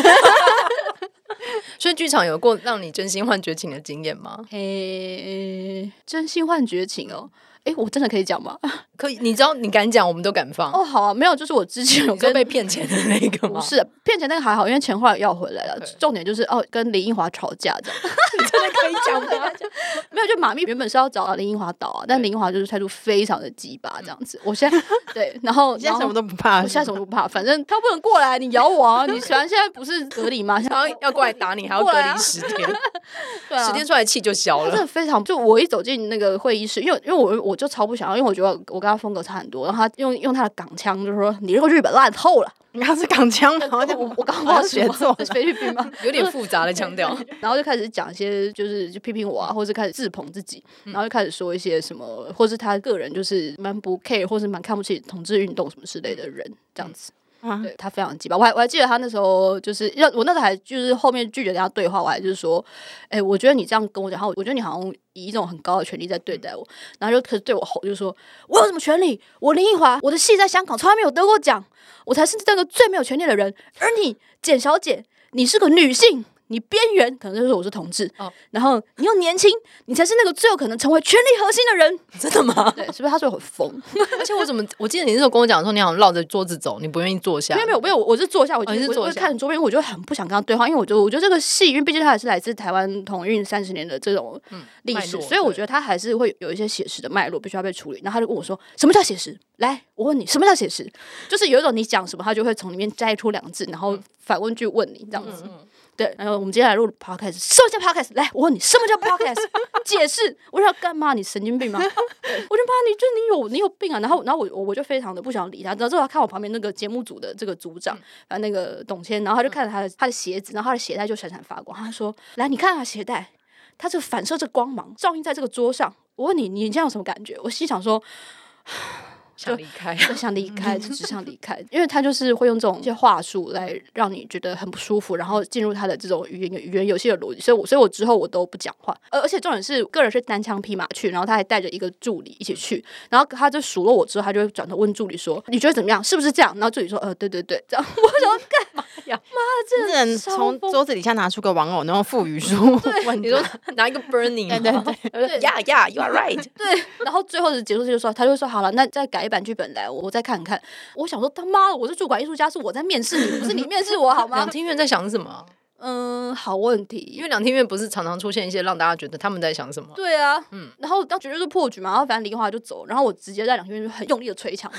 Speaker 2: 所以剧场有过让你真心换绝情的经验吗？
Speaker 4: 诶、真心换绝情哦。诶、我真的可以讲吗？
Speaker 2: 可以，你知道你敢讲，我们都敢放。
Speaker 4: 哦，好啊，没有，就是我之前有
Speaker 2: 你说
Speaker 4: 跟
Speaker 2: 被骗钱的那个
Speaker 4: 不
Speaker 2: 吗？
Speaker 4: 是骗钱那个还好，因为钱后来要回来了
Speaker 2: 对。
Speaker 4: 重点就是哦，跟林奕华吵架这样。
Speaker 2: 真 的可以讲吗？
Speaker 4: 没有，就马密原本是要找林奕华倒啊，但
Speaker 2: 对
Speaker 4: 林奕华就是态度非常的鸡巴这样子。我现在对，然后
Speaker 3: 你 现在什么
Speaker 4: 都。
Speaker 3: 都不怕，
Speaker 4: 我现在什么都不怕，反正他不能过来，你咬我啊！你喜欢现在不是隔离吗？现
Speaker 2: 然后
Speaker 4: 在
Speaker 2: 要过来打你，还要隔
Speaker 4: 过来啊
Speaker 2: 离十 天，
Speaker 4: 对啊
Speaker 2: 十天出来气就消
Speaker 4: 他真
Speaker 2: 了。
Speaker 4: 的非常，就我一走进那个会议室，因为因为我我就超不想要，因为我觉得我跟他风格差很多，然后他用用他的港腔就说：“你这个日本烂透了。
Speaker 3: 你刚是港腔吗？
Speaker 4: 我”我我刚刚不知
Speaker 3: 我
Speaker 4: 道
Speaker 3: 要学
Speaker 4: 做
Speaker 3: 做
Speaker 4: 菲律宾吗？
Speaker 2: 有点复杂的腔 调，
Speaker 4: 然后就开始讲一些，就是就批评我啊，或是开始自捧自己，
Speaker 2: 嗯
Speaker 4: 然后就开始说一些什么，或是他个人就是蛮不 care，或是蛮看不起同志运动什么之类的人，这
Speaker 2: 嗯
Speaker 4: 样子。
Speaker 3: 啊
Speaker 4: 对他非常鸡巴，我还我还记得他那时候就是要我那时候还就是后面拒绝跟他对话，我还就是说，哎、我觉得你这样跟我讲话，我觉得你好像以一种很高的权利在对待我，然后就可是对我吼，就说我有什么权利？我林奕华，我的戏在香港从来没有得过奖，我才是这个最没有权利的人，而你简小姐，你是个女性。你边缘可能就是我是同志，
Speaker 2: 哦
Speaker 4: 然后你又年轻，你才是那个最有可能成为权力核心的人。
Speaker 2: 真的吗？
Speaker 4: 对，是不是他说我很疯？
Speaker 2: 而且我怎么，我记得你那时候跟我讲说，你好像绕着桌子走，你不愿意坐下
Speaker 4: 没。有没有没有，我是坐下，我就、
Speaker 2: 哦你是
Speaker 4: 我
Speaker 2: 坐
Speaker 4: 就
Speaker 2: 下
Speaker 4: 看着桌边，因为我就很不想跟他对话，因为我觉得我觉得这个戏，因为毕竟它也是来自台湾同运三十年的这种历
Speaker 2: 脉
Speaker 4: 史，
Speaker 2: 络
Speaker 4: 所以我
Speaker 2: 对
Speaker 4: 觉得它还是会有一些写实的脉络必须要被处理。然后他就问我说：“什么叫写实？”来，我问你，什么叫写实？就是有一种你讲什么，他就会从里面摘出两字，然后
Speaker 2: 嗯
Speaker 4: 反问句问你这样子。对，然后我们接下来录 podcast，什么叫 podcast？来，我问你，什么叫 podcast？解释，我说要干嘛？你神经病吗？ 我就怕你，就是你有你有病啊！然后，然后我我我就非常的不想理他。然后之后他看我旁边那个节目组的这个组长，
Speaker 2: 嗯
Speaker 4: 啊、那个董谦，然后他就看着他的、他的鞋子，然后他的鞋带就闪闪发光。他说：“来，你看他啊鞋带，它就反射着光芒，照映在这个桌上。”我问你，你这样有什么感觉？我心想说，
Speaker 2: 想离开，
Speaker 4: 就想离开，就只想离开，因为他就是会用这种一些话术来让你觉得很不舒服，然后进入他的这种语言语言游戏的逻辑，所以我所以我之后我都不讲话，呃而而且重点是个人是单枪匹马去，然后他还带着一个助理一起去，然后他就数落我之后，他就会转头问助理说：“你觉得怎么样？是不是这样？”然后助理说：“呃，对对对，这样。”我说：“干嘛
Speaker 2: 呀？
Speaker 4: 妈，
Speaker 3: 只
Speaker 4: 这
Speaker 3: 能
Speaker 4: 超
Speaker 3: 从
Speaker 4: 疯
Speaker 3: 桌子底下拿出个玩偶，然后赋予书。问
Speaker 2: 你
Speaker 3: 他
Speaker 2: 说拿一个 burning，
Speaker 3: 对对对
Speaker 2: 对，Yeah Yeah You are right。
Speaker 4: 对，然后最后的结束就说，他就说好了，那再改一版剧本来，我再看看。我想说他妈的，我是主管艺术家，是我在面试你，不是你面试我好吗
Speaker 2: 两？厅院在想什么？
Speaker 4: 嗯，好问题，因
Speaker 2: 因为两厅院不是常常出现一些让大家觉得他们在想什么？
Speaker 4: 对啊，
Speaker 2: 嗯，
Speaker 4: 嗯然后当绝对是破局嘛，然后反正林华就走，然后我直接在两天就很用力的捶墙，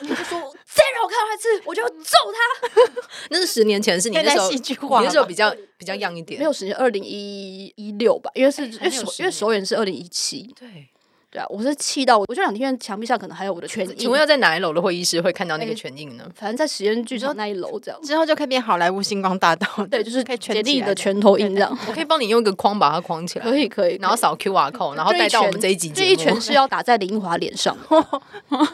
Speaker 4: 我就说再让我看到他一次，我就要揍他。
Speaker 2: 那是十年前，是你
Speaker 3: 现
Speaker 2: 那
Speaker 3: 在
Speaker 2: 时候，
Speaker 3: 戏
Speaker 2: 你
Speaker 3: 剧化
Speaker 2: 那时候
Speaker 3: 了
Speaker 2: 比较比较样一点。
Speaker 4: 没有时间，二零一一六吧，因为是、因为
Speaker 2: 哎还没有
Speaker 4: 首
Speaker 2: 十
Speaker 4: 因为
Speaker 2: 年
Speaker 4: 首演是二零一七，
Speaker 2: 对，
Speaker 4: 对啊，我是气到我，我就两天墙壁上可能还有我的拳
Speaker 2: 请
Speaker 4: 印
Speaker 2: 问。要在哪一楼的会议室会看到那
Speaker 4: 哎
Speaker 2: 个全印呢？
Speaker 4: 反正在实验剧场那一楼这 样，
Speaker 3: 之后就可以变好莱坞星光大道，
Speaker 4: 对，就是
Speaker 3: 可以圈
Speaker 4: 杰
Speaker 3: 起
Speaker 4: 力
Speaker 3: 来
Speaker 4: 的拳头印这样，
Speaker 2: 我可以帮你用一个框把它框起来，
Speaker 4: 可以可以，
Speaker 2: 然后扫 QR code，然后
Speaker 4: 一
Speaker 2: 带到我们
Speaker 4: 拳
Speaker 2: 这一集
Speaker 4: 这一
Speaker 2: 节
Speaker 4: 拳
Speaker 2: 目。哦
Speaker 4: 是要打在林奕华脸上，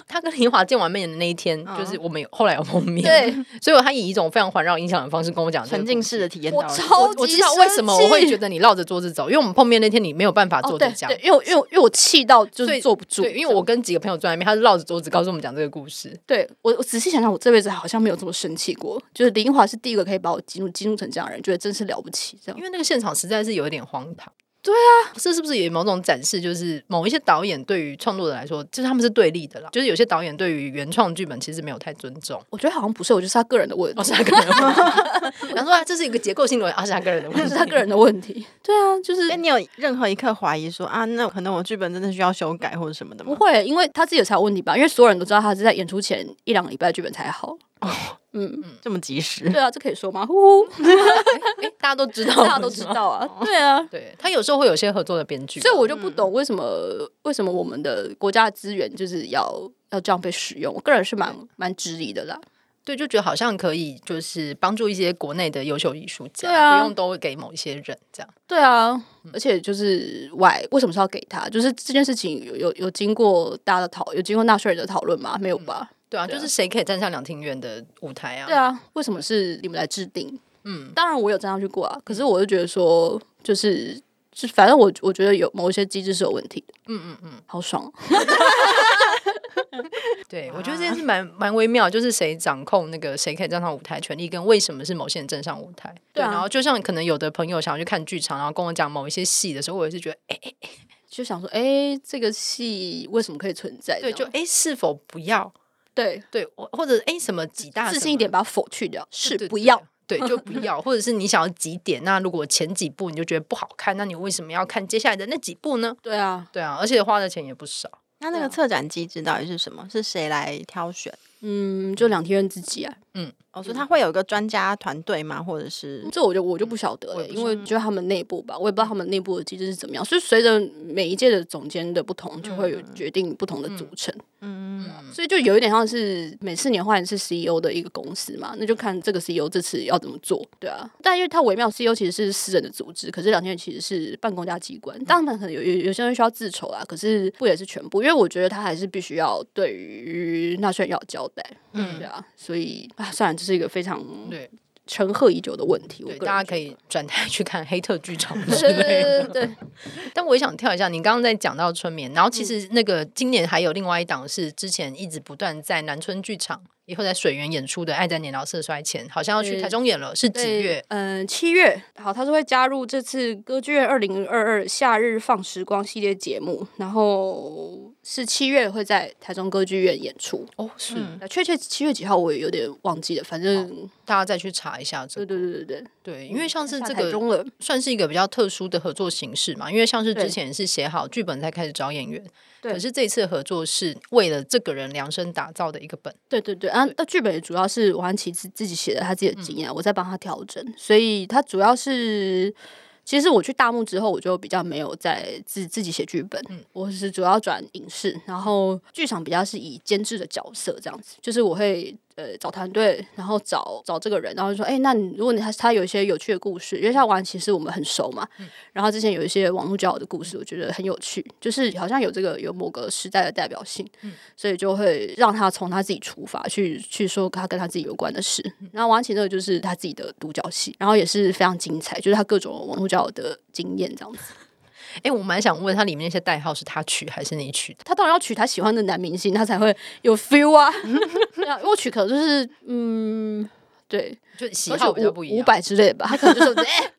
Speaker 2: 他跟林华见完面的那一天，就是我们有后来有碰面，
Speaker 4: 嗯 对，
Speaker 2: 所以他以一种非常环绕音响的方式跟我讲这个
Speaker 3: 沉
Speaker 2: 故事。
Speaker 3: 浸式的体验
Speaker 4: 我
Speaker 3: 到了。
Speaker 4: 超级
Speaker 2: 我知道为什么我
Speaker 4: 生
Speaker 2: 会
Speaker 4: 气
Speaker 2: 觉得你绕着桌子走，因为我们碰面那天你没有办法
Speaker 4: 哦
Speaker 2: 坐
Speaker 4: 对
Speaker 2: 着讲，
Speaker 4: 对，因为我因为我因为我气到嗯到就
Speaker 2: 所以
Speaker 4: 是坐不住。
Speaker 2: 对，因为我跟几个朋友坐在那边，他是绕着桌子告诉我们讲这个故事。
Speaker 4: 对我我仔细想想，我这辈子好像没有这么生气过。就是林华是第一个可以把我激怒激怒成这样的人，觉得真是了不起。这样
Speaker 2: 因为那个现场实在是有一点荒唐。对啊，这是不是也某种展示？就是某一些导演对于创作者来说，就是他们是对立的啦。就是有些导演对于原创剧本其实没有太尊 重。
Speaker 4: 我觉得好像不是，我觉得是他个人的问题，
Speaker 2: 哦，是他 个人的问题，然后说、啊、这是一个结构性的问题，啊，是他个人的问
Speaker 4: 是
Speaker 2: 题，
Speaker 4: 他个人的问题。对啊，就是
Speaker 3: 哎，你有任何一刻怀疑说啊，那可能我剧本真的需要修改或者什么的
Speaker 4: 不
Speaker 3: 吗？
Speaker 4: 会，因为他自己有才有问题吧？因为所有人都知道他是在演出前一两个礼拜剧本才好。嗯，
Speaker 3: 这么及时，
Speaker 4: 对啊，这可以说 吗？呼呼，
Speaker 2: 诶哎大家都知道，
Speaker 4: 大家都知。道啊。
Speaker 2: 哦
Speaker 4: 对啊，
Speaker 2: 对他有时候会有些合作的编剧，啊
Speaker 4: 所以我就不懂为什么为什么我们的国家的资源就是要要这样被使用。我个人是蛮蛮质疑的啦。
Speaker 2: 对就觉得好像可以就是帮助一些国内的优秀艺术家，
Speaker 4: 对啊
Speaker 2: 不用都给某一些人这样。
Speaker 4: 对啊，而且就是 why 为什么是要给他？就是这件事情有有有经过大家的讨，有经过纳税人的讨论吗？没有吧？
Speaker 2: 对啊，
Speaker 4: 对啊
Speaker 2: 就是谁可以站上两厅院的舞台啊？
Speaker 4: 对，啊，为什么是你们来制定？
Speaker 2: 嗯，
Speaker 4: 当然我有站上去过啊，可是我就觉得说，就是就反正我我觉得有某一些机制是有问题的。嗯嗯嗯，好爽哦。
Speaker 2: 对，我觉得这件事蛮蛮微妙，就是谁掌控那个谁可以站上舞台权利，跟为什么是某些人站上舞台。
Speaker 4: 对啊
Speaker 2: 然后就像可能有的朋友想要去看剧场，然后跟我讲某一些戏的时候，我也是觉得，哎、
Speaker 4: 就想说，哎、这个戏为什么可以存在
Speaker 2: 对，
Speaker 4: 这样？
Speaker 2: 就哎、是否不要？
Speaker 4: 对，
Speaker 2: 对，我或者哎、什么几大
Speaker 4: 自
Speaker 2: 什
Speaker 4: 信一
Speaker 2: 么
Speaker 4: 点，把它否去掉，是
Speaker 2: 对对
Speaker 4: 不要。
Speaker 2: 对，就不 要，或者是你想要几点？那如果前几部你就觉得不好看，那你为什么要看接下来的那几部呢？
Speaker 4: 对啊，
Speaker 2: 对啊，而且花的钱也不少。
Speaker 3: 那那个策展机制到底是什么？是谁来挑选？
Speaker 4: 嗯，就两天人自己啊，
Speaker 3: 哦，所以他会有一个专家团队吗？或者是
Speaker 4: 这我就我就不晓得
Speaker 2: 我
Speaker 4: 了、
Speaker 2: 也不
Speaker 4: 因为就他们内部吧，我也不知道他们内部的机制是怎么样。所以随着每一届的总监的不同，就会有决定不同的组成，
Speaker 3: 嗯，
Speaker 4: 所以就有一点像是每四年换一次 CEO 的一个公司嘛，那就看这个 CEO 这次要怎么做，对啊。但因为它微妙，CEO 其实是私人的组织，可是两天其实是办公加机关，当然可能有有有些人需要自筹啊，可是不也是全部？因为我觉得他还是必须要对于纳税人要有交代，嗯，对啊。所以啊，算了，这是一个非常
Speaker 2: 对
Speaker 4: 陈赫已久的问题，我
Speaker 2: 对，
Speaker 4: 个人
Speaker 2: 大家
Speaker 4: 觉
Speaker 2: 可以转台去看黑特剧 场
Speaker 4: 得。
Speaker 2: 之
Speaker 4: 对
Speaker 2: 类的。
Speaker 4: 对对对，
Speaker 2: 但我也想跳一下，你刚刚在讲到春眠，然后其
Speaker 4: 嗯
Speaker 2: 实那个今年还有另外一档是之前一直不断在南村剧场，以后在水源演出的《爱在年老色衰前》，好像要去
Speaker 4: 对
Speaker 2: 台中演了，是几
Speaker 4: 对
Speaker 2: 月？？
Speaker 4: 嗯，七月。好，他是会加入这次歌剧院二零二二夏日放时光系列节目，然后是七月会在台中歌剧院演出。
Speaker 2: 哦，是，
Speaker 3: 嗯
Speaker 4: 呃确切七月几号我也有点忘记了，反正
Speaker 2: 大家再去查一下这
Speaker 4: 对
Speaker 2: 个。
Speaker 4: 对对对对，
Speaker 2: 对，因为像是
Speaker 4: 下
Speaker 2: 这
Speaker 4: 台
Speaker 2: 个
Speaker 4: 中了，
Speaker 2: 算是一个比较特殊的合作形式嘛，因为像是之
Speaker 4: 对
Speaker 2: 前是写好剧本才开始找演员，
Speaker 4: 对
Speaker 2: 可是这次合作是为了这个人量身打造的一个本。
Speaker 4: 对对对，啊，那剧本也主要是王安琪自自己写的，他自己的经验，我在帮他调整，所以他主要是。其实我去大幕之后，我就比较没有在自自己写剧本，我是主要转影视，然后剧场比较是以监制的角色这样子，就是我会呃找团队，然后找找这个人，然后就说，哎、那你如果你他他有一些有趣的故事，因为像玩其实我们很熟嘛，然后之前有一些网络交友的故事，我觉得很有趣，就是好像有这个有某个时代的代表性，所以就会让他从他自己出发去去说他跟他自己有关的事。然后王安琪这个就是他自己的独角戏，然后也是非常精彩，就是他各种网络交友的经验这样子。
Speaker 2: 哎，我蛮想问他里面那些代号是他取还是你取的？
Speaker 4: 他当然要娶他喜欢的男明星，他才会有 feel 啊。对啊，因为我取可能就是嗯。对，
Speaker 2: 就喜好比较不一
Speaker 4: 五
Speaker 2: 样。
Speaker 4: 百之类的吧，他可能就是哎、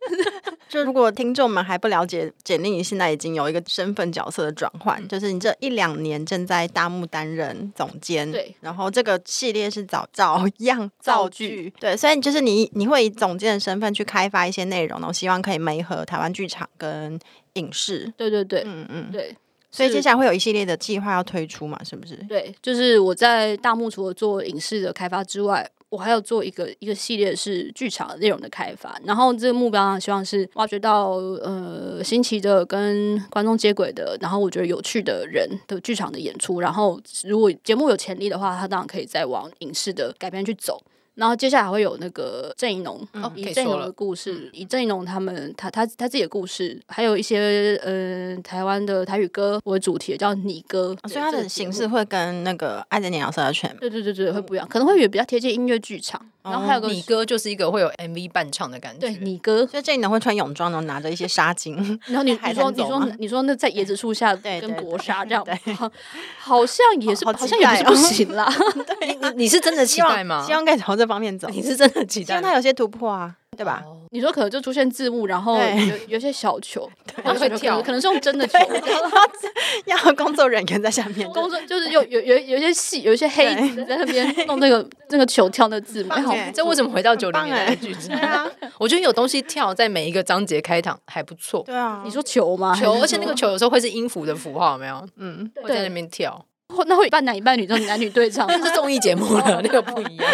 Speaker 3: 就如果听众们还不了解，简历你现在已经有一个身份角色的转换，
Speaker 4: 嗯
Speaker 3: 就是你这一两年正在大幕担任总监，
Speaker 4: 对，
Speaker 3: 然后这个系列是早早样
Speaker 4: 造
Speaker 3: 造句，对，所以就是你你会以总监的身份去开发一些内容，然后希望可以媒合台湾剧场跟影视，
Speaker 4: 对对对、
Speaker 3: 嗯嗯，
Speaker 4: 对
Speaker 3: 所以
Speaker 4: 是
Speaker 3: 接下来会有一系列的计划要推出嘛，是不是？
Speaker 4: 对，就是我在大幕除了做影视的开发之外，我还有做一个一个系列是剧场内容的开发。然后这个目标呢，希望是挖掘到呃新奇的、跟观众接轨的，然后我觉得有趣的人的剧场的演出。然后如果节目有潜力的话，它当然可以再往影视的改编去走。然后接下来还会有那个郑一农，
Speaker 3: 嗯
Speaker 2: 哦
Speaker 4: 以
Speaker 2: 可以
Speaker 4: 郑一
Speaker 2: 说
Speaker 4: 农的
Speaker 2: 了
Speaker 4: 故事，以郑一农他们他他他自己的故事，还有一些呃台湾的台语歌为主题的叫你歌，
Speaker 3: 哦所以它
Speaker 4: 对这
Speaker 3: 的
Speaker 4: 个
Speaker 3: 形
Speaker 4: 节
Speaker 3: 式
Speaker 4: 目
Speaker 3: 会跟那个《爱的年老社圈》
Speaker 4: 对对对对会不一样，可能会也比较贴近音乐剧场。然后还有
Speaker 3: 哦
Speaker 4: 个
Speaker 2: 你歌就是一个会有 MV 伴唱的感觉，
Speaker 4: 对你歌，
Speaker 3: 所以这里呢会穿泳装，然后拿着一些 纱巾，
Speaker 4: 然后你
Speaker 3: 海
Speaker 4: 你说
Speaker 3: 滩
Speaker 4: 你
Speaker 3: 走
Speaker 4: 说
Speaker 3: 吗
Speaker 4: 你说那在椰子树 下
Speaker 3: 对
Speaker 4: 跟
Speaker 3: 对
Speaker 4: 国
Speaker 3: 对
Speaker 4: 杀这样
Speaker 3: 对，
Speaker 4: 好 好像也是
Speaker 3: 好
Speaker 4: 好
Speaker 3: 好
Speaker 4: 像
Speaker 3: 期
Speaker 4: 也不
Speaker 3: 待
Speaker 4: 是不
Speaker 3: 哦
Speaker 4: 行 啦。
Speaker 2: 你你你是真的期
Speaker 3: 希望
Speaker 2: 待吗
Speaker 3: 希？望可以朝这方面 走，
Speaker 2: 你是真的期
Speaker 3: 希
Speaker 2: 待
Speaker 3: 望
Speaker 2: 吗，
Speaker 3: 它有些突破啊，对吧？
Speaker 2: 哦
Speaker 4: 你说可能就出现字幕，然后
Speaker 3: 对
Speaker 4: 有有些小球，
Speaker 2: 然后会
Speaker 4: 可能
Speaker 2: 跳
Speaker 4: 可能是用 真的球。
Speaker 3: 要工作人员在下面，
Speaker 4: 工作就是有有有有一些戏，有一些黑
Speaker 3: 对
Speaker 4: 子在 那边弄那个那个球跳那字嘛，
Speaker 3: 很
Speaker 4: 哎
Speaker 3: 棒
Speaker 4: 好
Speaker 3: 耶
Speaker 2: 这为什么回到九零
Speaker 3: 棒
Speaker 2: 年代
Speaker 3: 哎
Speaker 2: 的剧情
Speaker 3: 对？啊，
Speaker 2: 我觉得有东西跳在每一个章节开场还不错。
Speaker 3: 对啊，
Speaker 4: 你说球吗？
Speaker 2: 球，
Speaker 4: 还是
Speaker 2: 而且那个
Speaker 4: 什
Speaker 2: 球有时候会是音符的符号，有没有？
Speaker 3: 嗯，
Speaker 4: 么
Speaker 2: 会在
Speaker 4: 对
Speaker 2: 那，边跳，
Speaker 4: 会那会一半男一半女，这种男女对 唱，
Speaker 2: 这哦是综艺节目的 那个不一样，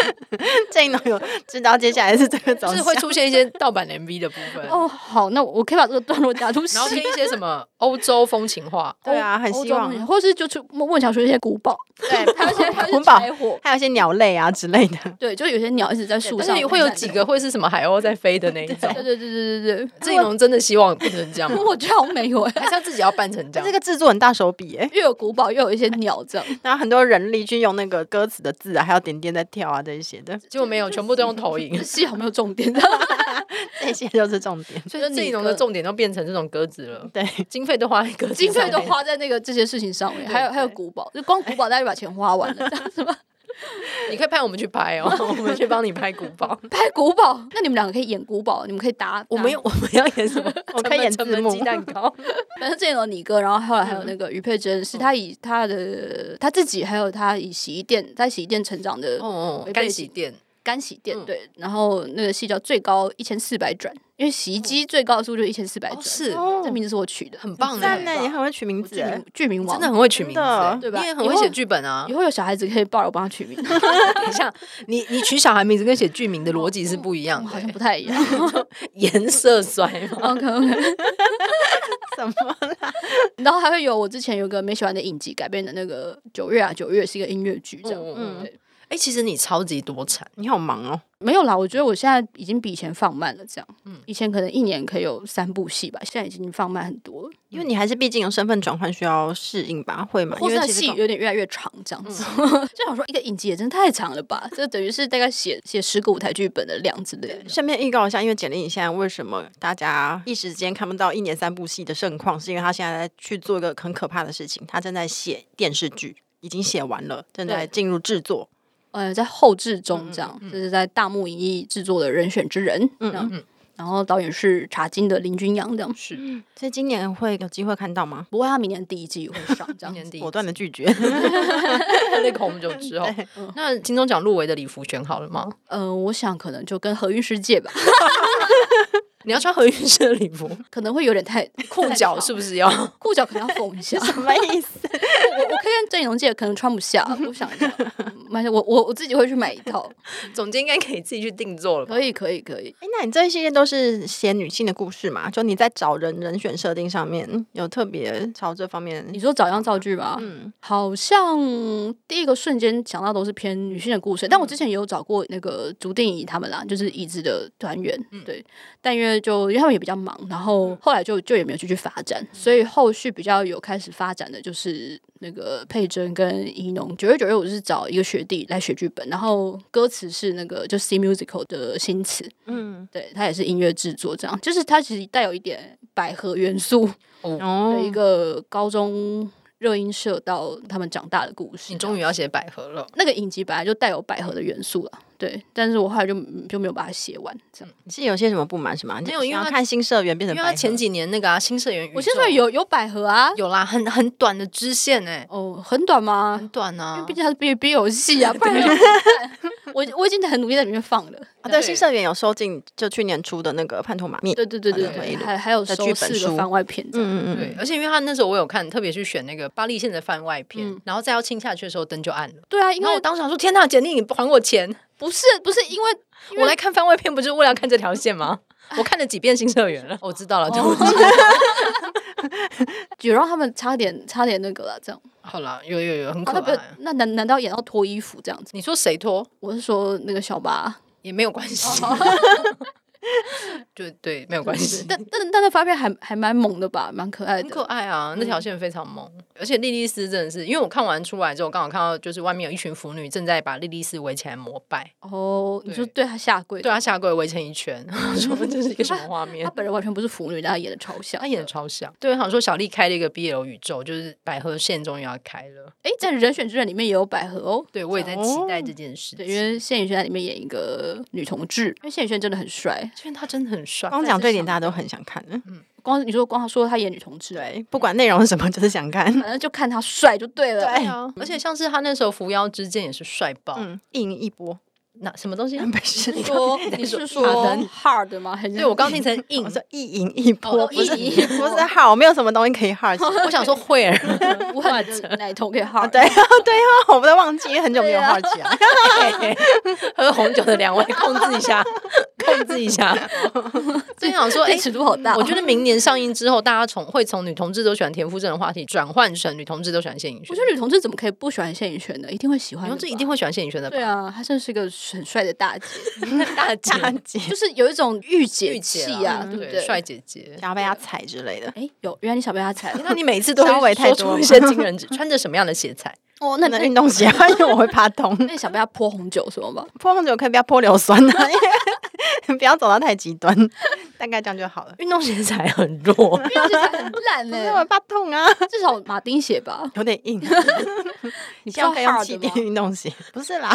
Speaker 3: 这里呢 有知道接下来是这个走
Speaker 2: 就是
Speaker 3: 向，
Speaker 2: 会出现一些盗版的 MV 的部分，
Speaker 4: 哦，好，那我可以把这个段落加入戏
Speaker 2: 然后跟一些什么欧洲风情画，
Speaker 3: 对啊，很
Speaker 4: 欧
Speaker 3: 希
Speaker 4: 洲
Speaker 3: 望
Speaker 4: 东西或是就去莫莫小说一些古堡，
Speaker 3: 对，
Speaker 4: 还有一 些还有一
Speaker 3: 古
Speaker 4: 些
Speaker 3: 堡
Speaker 4: 柴火，
Speaker 3: 还有一些鸟类啊之类的，
Speaker 4: 对，就有些鸟一直在树
Speaker 2: 但
Speaker 4: 上，
Speaker 2: 是会有几，个哎会是什么海鸥在飞的那一种
Speaker 4: 对。对对对对 对，
Speaker 2: 郑容真的希望不能 这样吗，
Speaker 4: 我觉得好像没有哎，
Speaker 2: 还是要自己要扮成这
Speaker 3: 这
Speaker 2: 样。
Speaker 3: 个制作很大手笔哎，
Speaker 4: 又有古堡又有一些鸟这样，
Speaker 3: 然后很多人力去用那个歌词的字啊，还有点点在跳啊这一些的，
Speaker 2: 结果没有，全部都用投影
Speaker 4: 这。戏好没有重点，
Speaker 3: 这些就是重点，
Speaker 2: 所
Speaker 4: 就
Speaker 2: 以
Speaker 4: 你
Speaker 2: 郑容
Speaker 4: 个
Speaker 2: 的重点都变成这种歌词了，
Speaker 3: 对。
Speaker 2: 经费都花在歌词
Speaker 4: 经
Speaker 2: 上面，
Speaker 4: 费都花在那个这些事情上面，还有还有古堡，就光古堡大家就把钱花完了，这样 子吗？
Speaker 2: 你可以派我们去拍 哦，我们去帮你拍古 堡。
Speaker 4: 拍古堡，那你们两个可以演古堡，你们可以打。
Speaker 2: 我们
Speaker 4: 有，
Speaker 2: 要我们要演什么？
Speaker 3: 我可以演
Speaker 2: 成
Speaker 3: 字
Speaker 2: 本
Speaker 3: 幕
Speaker 2: 鸡 蛋糕。 嗯
Speaker 4: 反正之前有你哥，然后后来还有那个于佩珍，是他以他的他自己，还有他以洗衣店在洗衣店成长的
Speaker 2: 哦
Speaker 4: 违背
Speaker 2: 干洗店
Speaker 4: 干洗店
Speaker 2: 嗯
Speaker 4: 对，然后那个戏叫最高一千四百转，因为洗衣机最高的速度就一千四百
Speaker 2: 哦
Speaker 4: 转，
Speaker 2: 是
Speaker 3: 哦
Speaker 4: 这名字是我取的，
Speaker 2: 很棒
Speaker 3: 赞呢，
Speaker 2: 哎
Speaker 3: 你很会取名
Speaker 4: 我
Speaker 3: 字
Speaker 4: 剧
Speaker 3: 哎
Speaker 4: 名，剧名王
Speaker 2: 真的很会取名字
Speaker 3: 真的
Speaker 2: 哎，
Speaker 4: 对吧
Speaker 2: 你也很会写剧本啊
Speaker 4: 以。后有小孩子可以抱我帮他取名，
Speaker 2: 等一下，你你取小孩名字跟写剧名的逻辑是不一样的
Speaker 4: 好
Speaker 2: 哎
Speaker 4: 像，不太一样。
Speaker 2: 颜色衰嘛。
Speaker 4: OK OK，
Speaker 3: 什么？
Speaker 4: 然后还会有我之前有个没喜欢的影集改编的那个《九月啊九月》是一个音乐剧这样。
Speaker 2: 嗯
Speaker 3: 嗯
Speaker 4: 对
Speaker 2: 哎，其实你超级多产，
Speaker 3: 你好忙哦，
Speaker 4: 没有啦，我觉得我现在已经比以前放慢了，这样。
Speaker 2: 嗯
Speaker 4: 以前可能一年可以有三部戏吧，现在已经放慢很多了，
Speaker 3: 因为你还是毕竟有身份转换需要适应吧，会吗？因
Speaker 4: 或
Speaker 3: 为
Speaker 4: 是
Speaker 3: 其实
Speaker 4: 戏
Speaker 3: 广
Speaker 4: 有点越来越长这样子。
Speaker 2: 嗯
Speaker 4: 就想说，一个影集也真的太长了吧？这等于是大概写写十个舞台剧本的量之类的。
Speaker 3: 顺便预告一下，因为简历你现在为什么大家一时间看不到一年三部戏的盛况，是因为他现在在去做一个很可怕的事情，他正在写电视剧，已经写完了，正在进入制作。
Speaker 4: 呃，在后制
Speaker 2: 嗯
Speaker 4: 中这样，就是在大幕影艺制作的《人选之人》这样。
Speaker 2: 嗯
Speaker 4: 然后导演是查金的林君阳这样，
Speaker 2: 是
Speaker 3: 所以今年会有机会看到吗？
Speaker 4: 不过他明年第一季会上这
Speaker 2: 今
Speaker 4: 样
Speaker 2: 年
Speaker 4: 子。
Speaker 2: 第一
Speaker 3: 果
Speaker 2: 季
Speaker 3: 断的拒绝。
Speaker 2: 那个我们就 之后。那金钟奖入围的礼服选好了吗？
Speaker 4: 呃，我想可能就跟何韵世界吧，
Speaker 2: 你要穿何韵诗的礼服，
Speaker 4: 可能会有点太
Speaker 2: 裤脚是不是要？
Speaker 4: 裤脚可能要缝一 下。
Speaker 3: 什么意思？
Speaker 4: 我我可以跟郑容借，可能穿不下，我想一下，买我我我自己会去买一套，
Speaker 2: 总监应该可以自己去定做了吧？
Speaker 4: 可以可以可以。
Speaker 3: 哎，那你这一系列都是写女性的故事嘛？就你在找人人选设定上面有特别朝这方面，
Speaker 4: 你说找样造句吧，
Speaker 3: 嗯，
Speaker 4: 好像第一个瞬间想到都是偏女性的故事，但我之前也有找过那个竹定仪他们啦，就是椅子的团员，对，但因为就因为他们也比较忙，然后后来就就也没有继续发展，所以后续比较有开始发展的就是那个佩珍跟怡农。九月九月我是找一个学弟来写剧本，然后歌词是那个就 C musical 的新词，
Speaker 3: 嗯，
Speaker 4: 对他也是音乐制作，这样就是它其实带有一点百合元素
Speaker 3: 哦
Speaker 4: 的一个高中热音社到他们长大的故事。
Speaker 2: 你终于要写百合了，
Speaker 4: 那个影集本来就带有百合的元素了，对，但是我后来就就没有把它写完。这样，
Speaker 3: 你是有些什么不满是吗？
Speaker 2: 没有因为
Speaker 3: 你要
Speaker 2: 他
Speaker 3: 看新社员变
Speaker 2: 因
Speaker 3: 成
Speaker 2: 为他
Speaker 3: 白盒
Speaker 2: 前几年那个啊新社员宇宙，
Speaker 4: 我现在有有百合啊，
Speaker 2: 有啦，很很短的支线哎，
Speaker 4: 哦，很短
Speaker 2: 很
Speaker 3: 嗯
Speaker 4: 吗？
Speaker 2: 短
Speaker 4: 因为
Speaker 2: 啊
Speaker 4: 毕。竟它是 B B 游 戏啊，不然怎么办我我已经很努力在里面放了。
Speaker 3: 啊，对，
Speaker 2: 对
Speaker 3: 新社员有收进就去年出的那个《叛徒马密》，
Speaker 4: 对对对对
Speaker 3: 好像
Speaker 4: 对，
Speaker 3: 有
Speaker 4: 还还有
Speaker 3: 的
Speaker 4: 收
Speaker 3: 剧本
Speaker 4: 四个
Speaker 3: 书
Speaker 4: 番外篇这样。
Speaker 3: 嗯嗯
Speaker 2: 对，而且因为他那时候我有看，特别去选那个巴黎线的番外篇，
Speaker 4: 嗯
Speaker 2: 然后再要亲下去的时候灯就暗了。
Speaker 4: 对啊，因
Speaker 2: 然后我
Speaker 4: 为
Speaker 2: 当时想说：“天呐，简历，你不还我钱！
Speaker 4: 不是不是因为因为
Speaker 2: 我来看番外 哦篇，不就是为了要看这条线吗？”我看了几遍新社员了，我知道了，对不起。
Speaker 4: 有让他们差点差点那个了，这样。
Speaker 2: 好啦，有有有，很
Speaker 4: 啊
Speaker 2: 可
Speaker 4: 那不
Speaker 2: 爱。
Speaker 4: 那难难道演到脱衣服这样子？
Speaker 2: 你说谁脱
Speaker 4: 我是说那个小八，
Speaker 2: 也没有关系， 对哦对，没有关系。
Speaker 4: 但但但那发片还还蛮猛的吧，蛮可爱
Speaker 2: 很可
Speaker 4: 的。
Speaker 2: 爱啊，那条线非常萌，而且莉莉丝真的是，因为我看完出来之后，刚好看到就是外面有一群腐女正在把莉莉丝围起来膜拜，
Speaker 4: 哦，你说对他下跪，
Speaker 2: 对她啊下跪围成一圈， 我说这是一个什么画面
Speaker 4: 他？本人完全不是腐女，但他演的超像。
Speaker 2: 她演的超像，对，我想说小丽开了一个 BL 宇宙，就是百合线终于要开了，
Speaker 4: 哎，在《人选之人》里面也有百合哦。
Speaker 2: 对我也在期待这件事情，
Speaker 4: 对，因为谢宇轩在里面演一个女同志，因为谢宇轩真的很帅。
Speaker 2: 因为他真的很帅，
Speaker 3: 光讲这一点，大家都很想看。
Speaker 4: 光你说光他说他演女同志，，
Speaker 3: 对，不管内容是什么，就是想 看。
Speaker 4: 反正就看他帅就对了。
Speaker 3: 对
Speaker 2: 对啊，而且像是他那时候扶摇之剑也是帅爆，
Speaker 3: 嗯，一赢一波，
Speaker 2: 那什么东西？啊
Speaker 3: 没事。
Speaker 4: 你说你是说 hard 吗？还是
Speaker 2: 对我刚听成硬
Speaker 3: 我，说一赢一波，
Speaker 2: 哦
Speaker 3: 不是
Speaker 4: 一赢一
Speaker 3: 不 是好，没有什么东西可以好。其实
Speaker 2: 我想说惠儿，
Speaker 4: 我很奶头可以 hard？
Speaker 3: 对啊，对啊，我都忘记，因为很久没有啊好起来。
Speaker 2: 喝红酒的两位控制一下，控制一下。真想说，哎、
Speaker 4: 这尺度好大哦。
Speaker 2: 我觉得明年上映之后，大家从会从女同志都喜欢田馥甄的话题转换成女同志都喜欢谢颖轩
Speaker 4: 我觉。得女同志怎么可以不喜欢谢宇轩呢？一定会喜欢
Speaker 2: 女
Speaker 4: 的吧，
Speaker 2: 同志一 定会喜欢谢颖轩的吧
Speaker 4: 对？啊，她真的是一个很帅的 大姐，
Speaker 2: 大 姐
Speaker 3: 大姐
Speaker 4: 就是有一种御姐
Speaker 2: 御姐
Speaker 4: 气啊，对不对？
Speaker 2: 帅姐姐。
Speaker 3: 想要被他踩之类的，
Speaker 4: 哎，有原来你想被她踩 了
Speaker 2: 那你每一次都
Speaker 3: 稍微
Speaker 2: 会
Speaker 3: 太
Speaker 2: 说
Speaker 3: 多
Speaker 2: 出一些惊人之，穿着什么样的鞋材？
Speaker 4: 哦，那
Speaker 3: 那
Speaker 4: 你
Speaker 3: 能运动鞋，因为我会怕痛。
Speaker 4: 那你想被她泼红酒什么 吧？
Speaker 3: 泼红酒可以不要泼硫酸啊，因为 不要走到太极端，大概这样就好了。
Speaker 2: 运动鞋材很弱，
Speaker 4: 因为其实很烂
Speaker 3: 不
Speaker 4: 呢
Speaker 3: 是，我怕痛啊，
Speaker 4: 至少马丁鞋吧，
Speaker 3: 有点硬。啊
Speaker 4: 你
Speaker 3: 希望可以用气
Speaker 4: 的
Speaker 3: 垫
Speaker 4: 吗？
Speaker 3: 运动鞋，不是啦。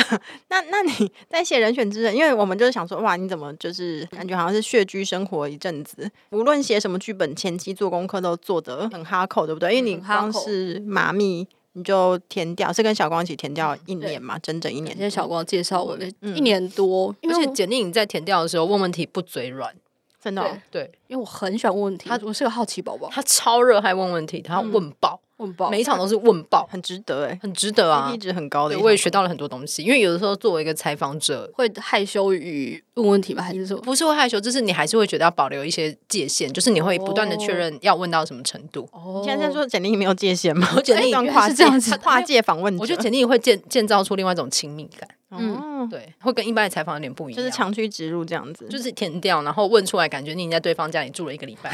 Speaker 3: 那那你在写人选之人，因为我们就是想说，哇，你怎么就是感觉好像是血居生活一阵子，无论写什么剧本，前期做功课都做得很哈扣，对不对？因为你
Speaker 4: 很哈
Speaker 3: 光
Speaker 4: 扣
Speaker 3: 是麻蜜。你就填掉，是跟小光一起填掉一年嘛，整整一年
Speaker 4: 感。谢小光介绍我的
Speaker 3: 嗯
Speaker 4: 一年多，因
Speaker 2: 而
Speaker 4: 为
Speaker 2: 且
Speaker 4: 我
Speaker 2: 简历颖在填调的时候问问题不嘴软，
Speaker 3: 真的哦、
Speaker 4: 对
Speaker 2: 对
Speaker 4: 因为我很喜欢问问题，我是个好奇宝宝，
Speaker 2: 她超热爱问问题，她问爆，
Speaker 4: 问宝
Speaker 2: 每一 场都是问爆，
Speaker 3: 很值得哎、
Speaker 2: 很值得啊
Speaker 3: 欸，。一值很高的
Speaker 2: 对，
Speaker 3: 一
Speaker 2: 我也
Speaker 3: 种。
Speaker 2: 学到了很多东西，因为有的时候作为一个采访者，
Speaker 4: 会害羞于问问题吗？还是什么？
Speaker 2: 不是会害羞，就是你还是会觉得要保留一些界限，就是你会不断的确认要问到什么程度。
Speaker 4: 哦
Speaker 3: 你现在在说简历没有界限吗？
Speaker 2: 我简历
Speaker 3: 一段
Speaker 4: 原来
Speaker 3: 跨
Speaker 4: 是
Speaker 3: 界
Speaker 4: 这样子
Speaker 3: 跨界访问者，
Speaker 2: 我觉得简历会建建造出另外一种亲密感，
Speaker 3: 嗯，
Speaker 2: 对，会跟一般的采访有点不一样。
Speaker 3: 就是强驱直入这样子。
Speaker 2: 就是填掉，然后问出来，感觉你已经在对方家里住了一个礼拜。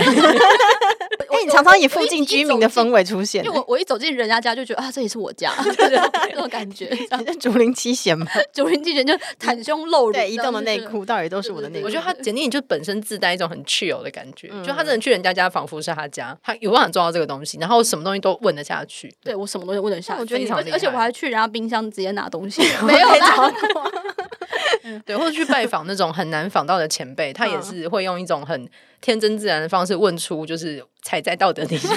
Speaker 3: 哎、你常常以附近居民的氛围出现
Speaker 4: 因为，我我一走进人家家就觉得啊，这也是我 家，这种感觉。
Speaker 3: 你是竹林七贤吗？
Speaker 4: 九零七人就袒胸露乳，
Speaker 3: 对，移动的
Speaker 4: 然后
Speaker 3: 内
Speaker 4: 就觉得。
Speaker 3: 裤到底都是我的内裤。
Speaker 2: 我觉得他简历就本身自带一种很 chill 的感觉，
Speaker 3: 嗯
Speaker 2: 就他真的去人家家，仿佛是他家，他有办法做到这个东西，然后什么东西都问得下去。
Speaker 4: 对我什么东西问得下去，
Speaker 2: 我觉得你非
Speaker 4: 而
Speaker 2: 常厉
Speaker 4: 且
Speaker 2: 害
Speaker 4: 而且我还去人家冰箱直接拿东 西，没有啦，
Speaker 2: 对，或者去拜访那种很难访到的前辈，他也是会用一种很天真自然的方式问出，就是踩在道德底线。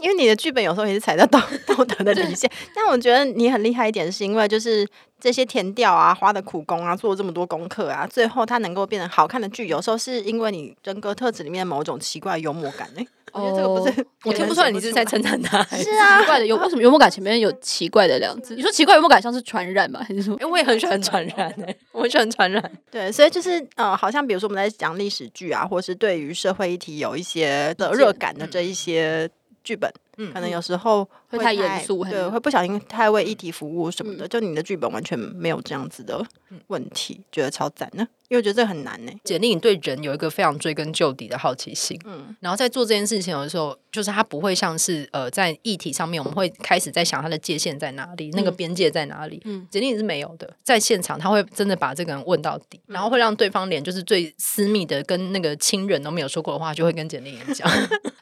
Speaker 3: 因为你的剧本有时候也是踩到道 道德的底线，但我觉得你很厉害一点，是因为就是这些填调啊、花的苦功啊、做这么多功课啊，最后它能够变成好看的剧，有时候是因为你人格特质里面某种奇怪的幽默感哎、 我觉得这个不是，
Speaker 2: 我听不出来你是在称赞他。
Speaker 4: 是啊，奇怪的有为什么幽默感前面有奇怪的两字？你说奇怪幽默感像是传染吗？还是说
Speaker 2: 哎、我也很喜欢传染哎、我很喜欢传染。
Speaker 3: 对，所以就是呃，好像比如说我们在讲历史剧啊，或是对于社会议题有一些的热感的这一些剧本，
Speaker 2: 嗯
Speaker 3: 可能有时候
Speaker 4: 嗯会太严嗯肃还
Speaker 3: 对，
Speaker 4: 是
Speaker 3: 会不小心太为议题服务什么的。就你的剧本完全没有这样子的
Speaker 4: 嗯
Speaker 3: 问题，觉得超赞呢，因为我觉得这很难呢。
Speaker 2: 简历，你对人有一个非常追根究底的好奇心，
Speaker 3: 嗯
Speaker 2: 嗯，然后在做这件事情的时候，就是他不会像是呃在议题上面，我们会开始在想他的界限在哪里，那个
Speaker 4: 嗯
Speaker 2: 边界在哪里。
Speaker 4: 嗯
Speaker 2: 嗯，简历是没有的，在现场他会真的把这个人问到底，然后会让对方连就是最私密的跟那个亲人都没有说过的话，就会跟简历 讲。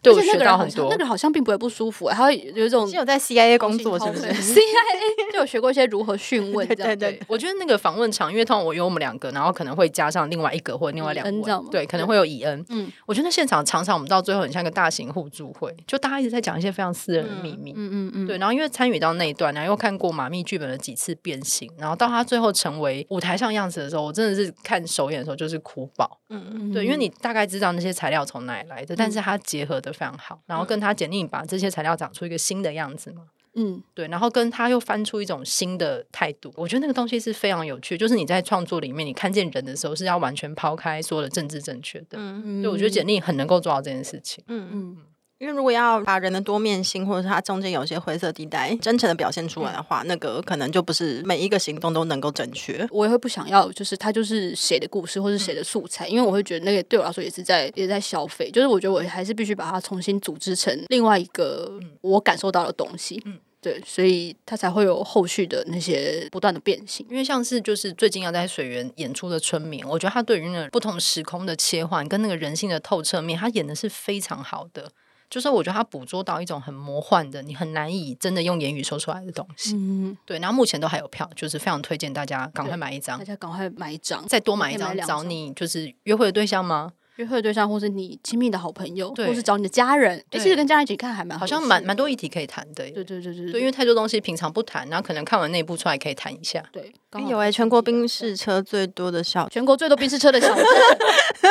Speaker 2: 对我
Speaker 4: 而且
Speaker 2: 学
Speaker 4: 那个人
Speaker 2: 到
Speaker 4: 好
Speaker 2: 很
Speaker 4: 像
Speaker 2: 多
Speaker 4: 那个，人好像并不会不舒服、欸，他会有一种
Speaker 3: 你是有在 CIA 工作是不 是？
Speaker 4: CIA 就有学过一些如何讯问这样，
Speaker 3: 对对
Speaker 2: 对，我觉得那个访问场，因为通常我有我们两个，然后可能会加上另外一个或另外两
Speaker 4: 以恩这样
Speaker 2: 个
Speaker 4: 吗，
Speaker 2: 对，可能会有以恩。
Speaker 4: 嗯
Speaker 2: 嗯，我觉得那现场常常我们到最后很像一个大型互助会，就大家一直在讲一些非常私人的秘密。
Speaker 4: 嗯嗯嗯，
Speaker 2: 对，然后因为参与到那一段，然后又看过马密剧本的几次变形，然后到他最后成为舞台上样子的时候，我真的是看首演的时候就是哭爆。
Speaker 3: 嗯，
Speaker 4: 嗯
Speaker 2: 对，因为你大概知道那些材料从哪里来的，但是它结合的非常好，然后跟他简历把这些材料长出一个新的样子嘛。
Speaker 4: 嗯，
Speaker 2: 对，然后跟他又翻出一种新的态度，我觉得那个东西是非常有趣，就是你在创作里面，你看见人的时候是要完全抛开所有的政治正确的。
Speaker 3: 嗯
Speaker 2: 对，我觉得简历很能够做到这件事情。
Speaker 3: 嗯嗯，
Speaker 4: 嗯，
Speaker 3: 因为如果要把人的多面性，或者是他中间有些灰色地带，真诚的表现
Speaker 4: 嗯
Speaker 3: 出来的话，那个可能就不是每一个行动都能够正确。
Speaker 4: 我也会不想要，就是他就是谁的故事或是
Speaker 2: 嗯
Speaker 4: 谁的素材，因为我会觉得那个对我来说也是在也在消费，就是我觉得我还是必须把它重新组织成另外一个我感受到的东西，
Speaker 2: 嗯
Speaker 4: 对，所以它才会有后续的那些不断的变形。
Speaker 2: 因为像是就是最近要在水源演出的春眠，我觉得他对于那个不同时空的切换跟那个人性的透彻面，他演的是非常好的。就是我觉得他捕捉到一种很魔幻的，你很难以真的用言语说出来的东西。
Speaker 4: 嗯，
Speaker 2: 对，然后目前都还有票，就是非常推荐大家赶快买一张
Speaker 4: 大，家赶快买一张，
Speaker 2: 再多买一
Speaker 4: 可以买
Speaker 2: 张，
Speaker 4: 两
Speaker 2: 找
Speaker 4: 张
Speaker 2: 你就是约会的对象吗？
Speaker 4: 约会的对象，或是你亲密的好朋友，
Speaker 2: 对
Speaker 4: 或是找你的家人，诶
Speaker 2: 对
Speaker 4: 其实跟家人一起看还蛮
Speaker 2: 好
Speaker 4: 合
Speaker 2: 像
Speaker 4: 适
Speaker 2: 蛮
Speaker 4: 的
Speaker 2: 蛮多议题可以谈的耶。
Speaker 4: 对对对对
Speaker 2: 对，因为太多东西平常不谈，然后可能看完那一部出来可以谈一下。
Speaker 4: 对刚
Speaker 3: 哎
Speaker 4: 好
Speaker 3: 有哎、全国冰室车最多的 小
Speaker 4: 全国最多宾士车的小镇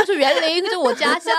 Speaker 4: 就是园林，就是我家乡。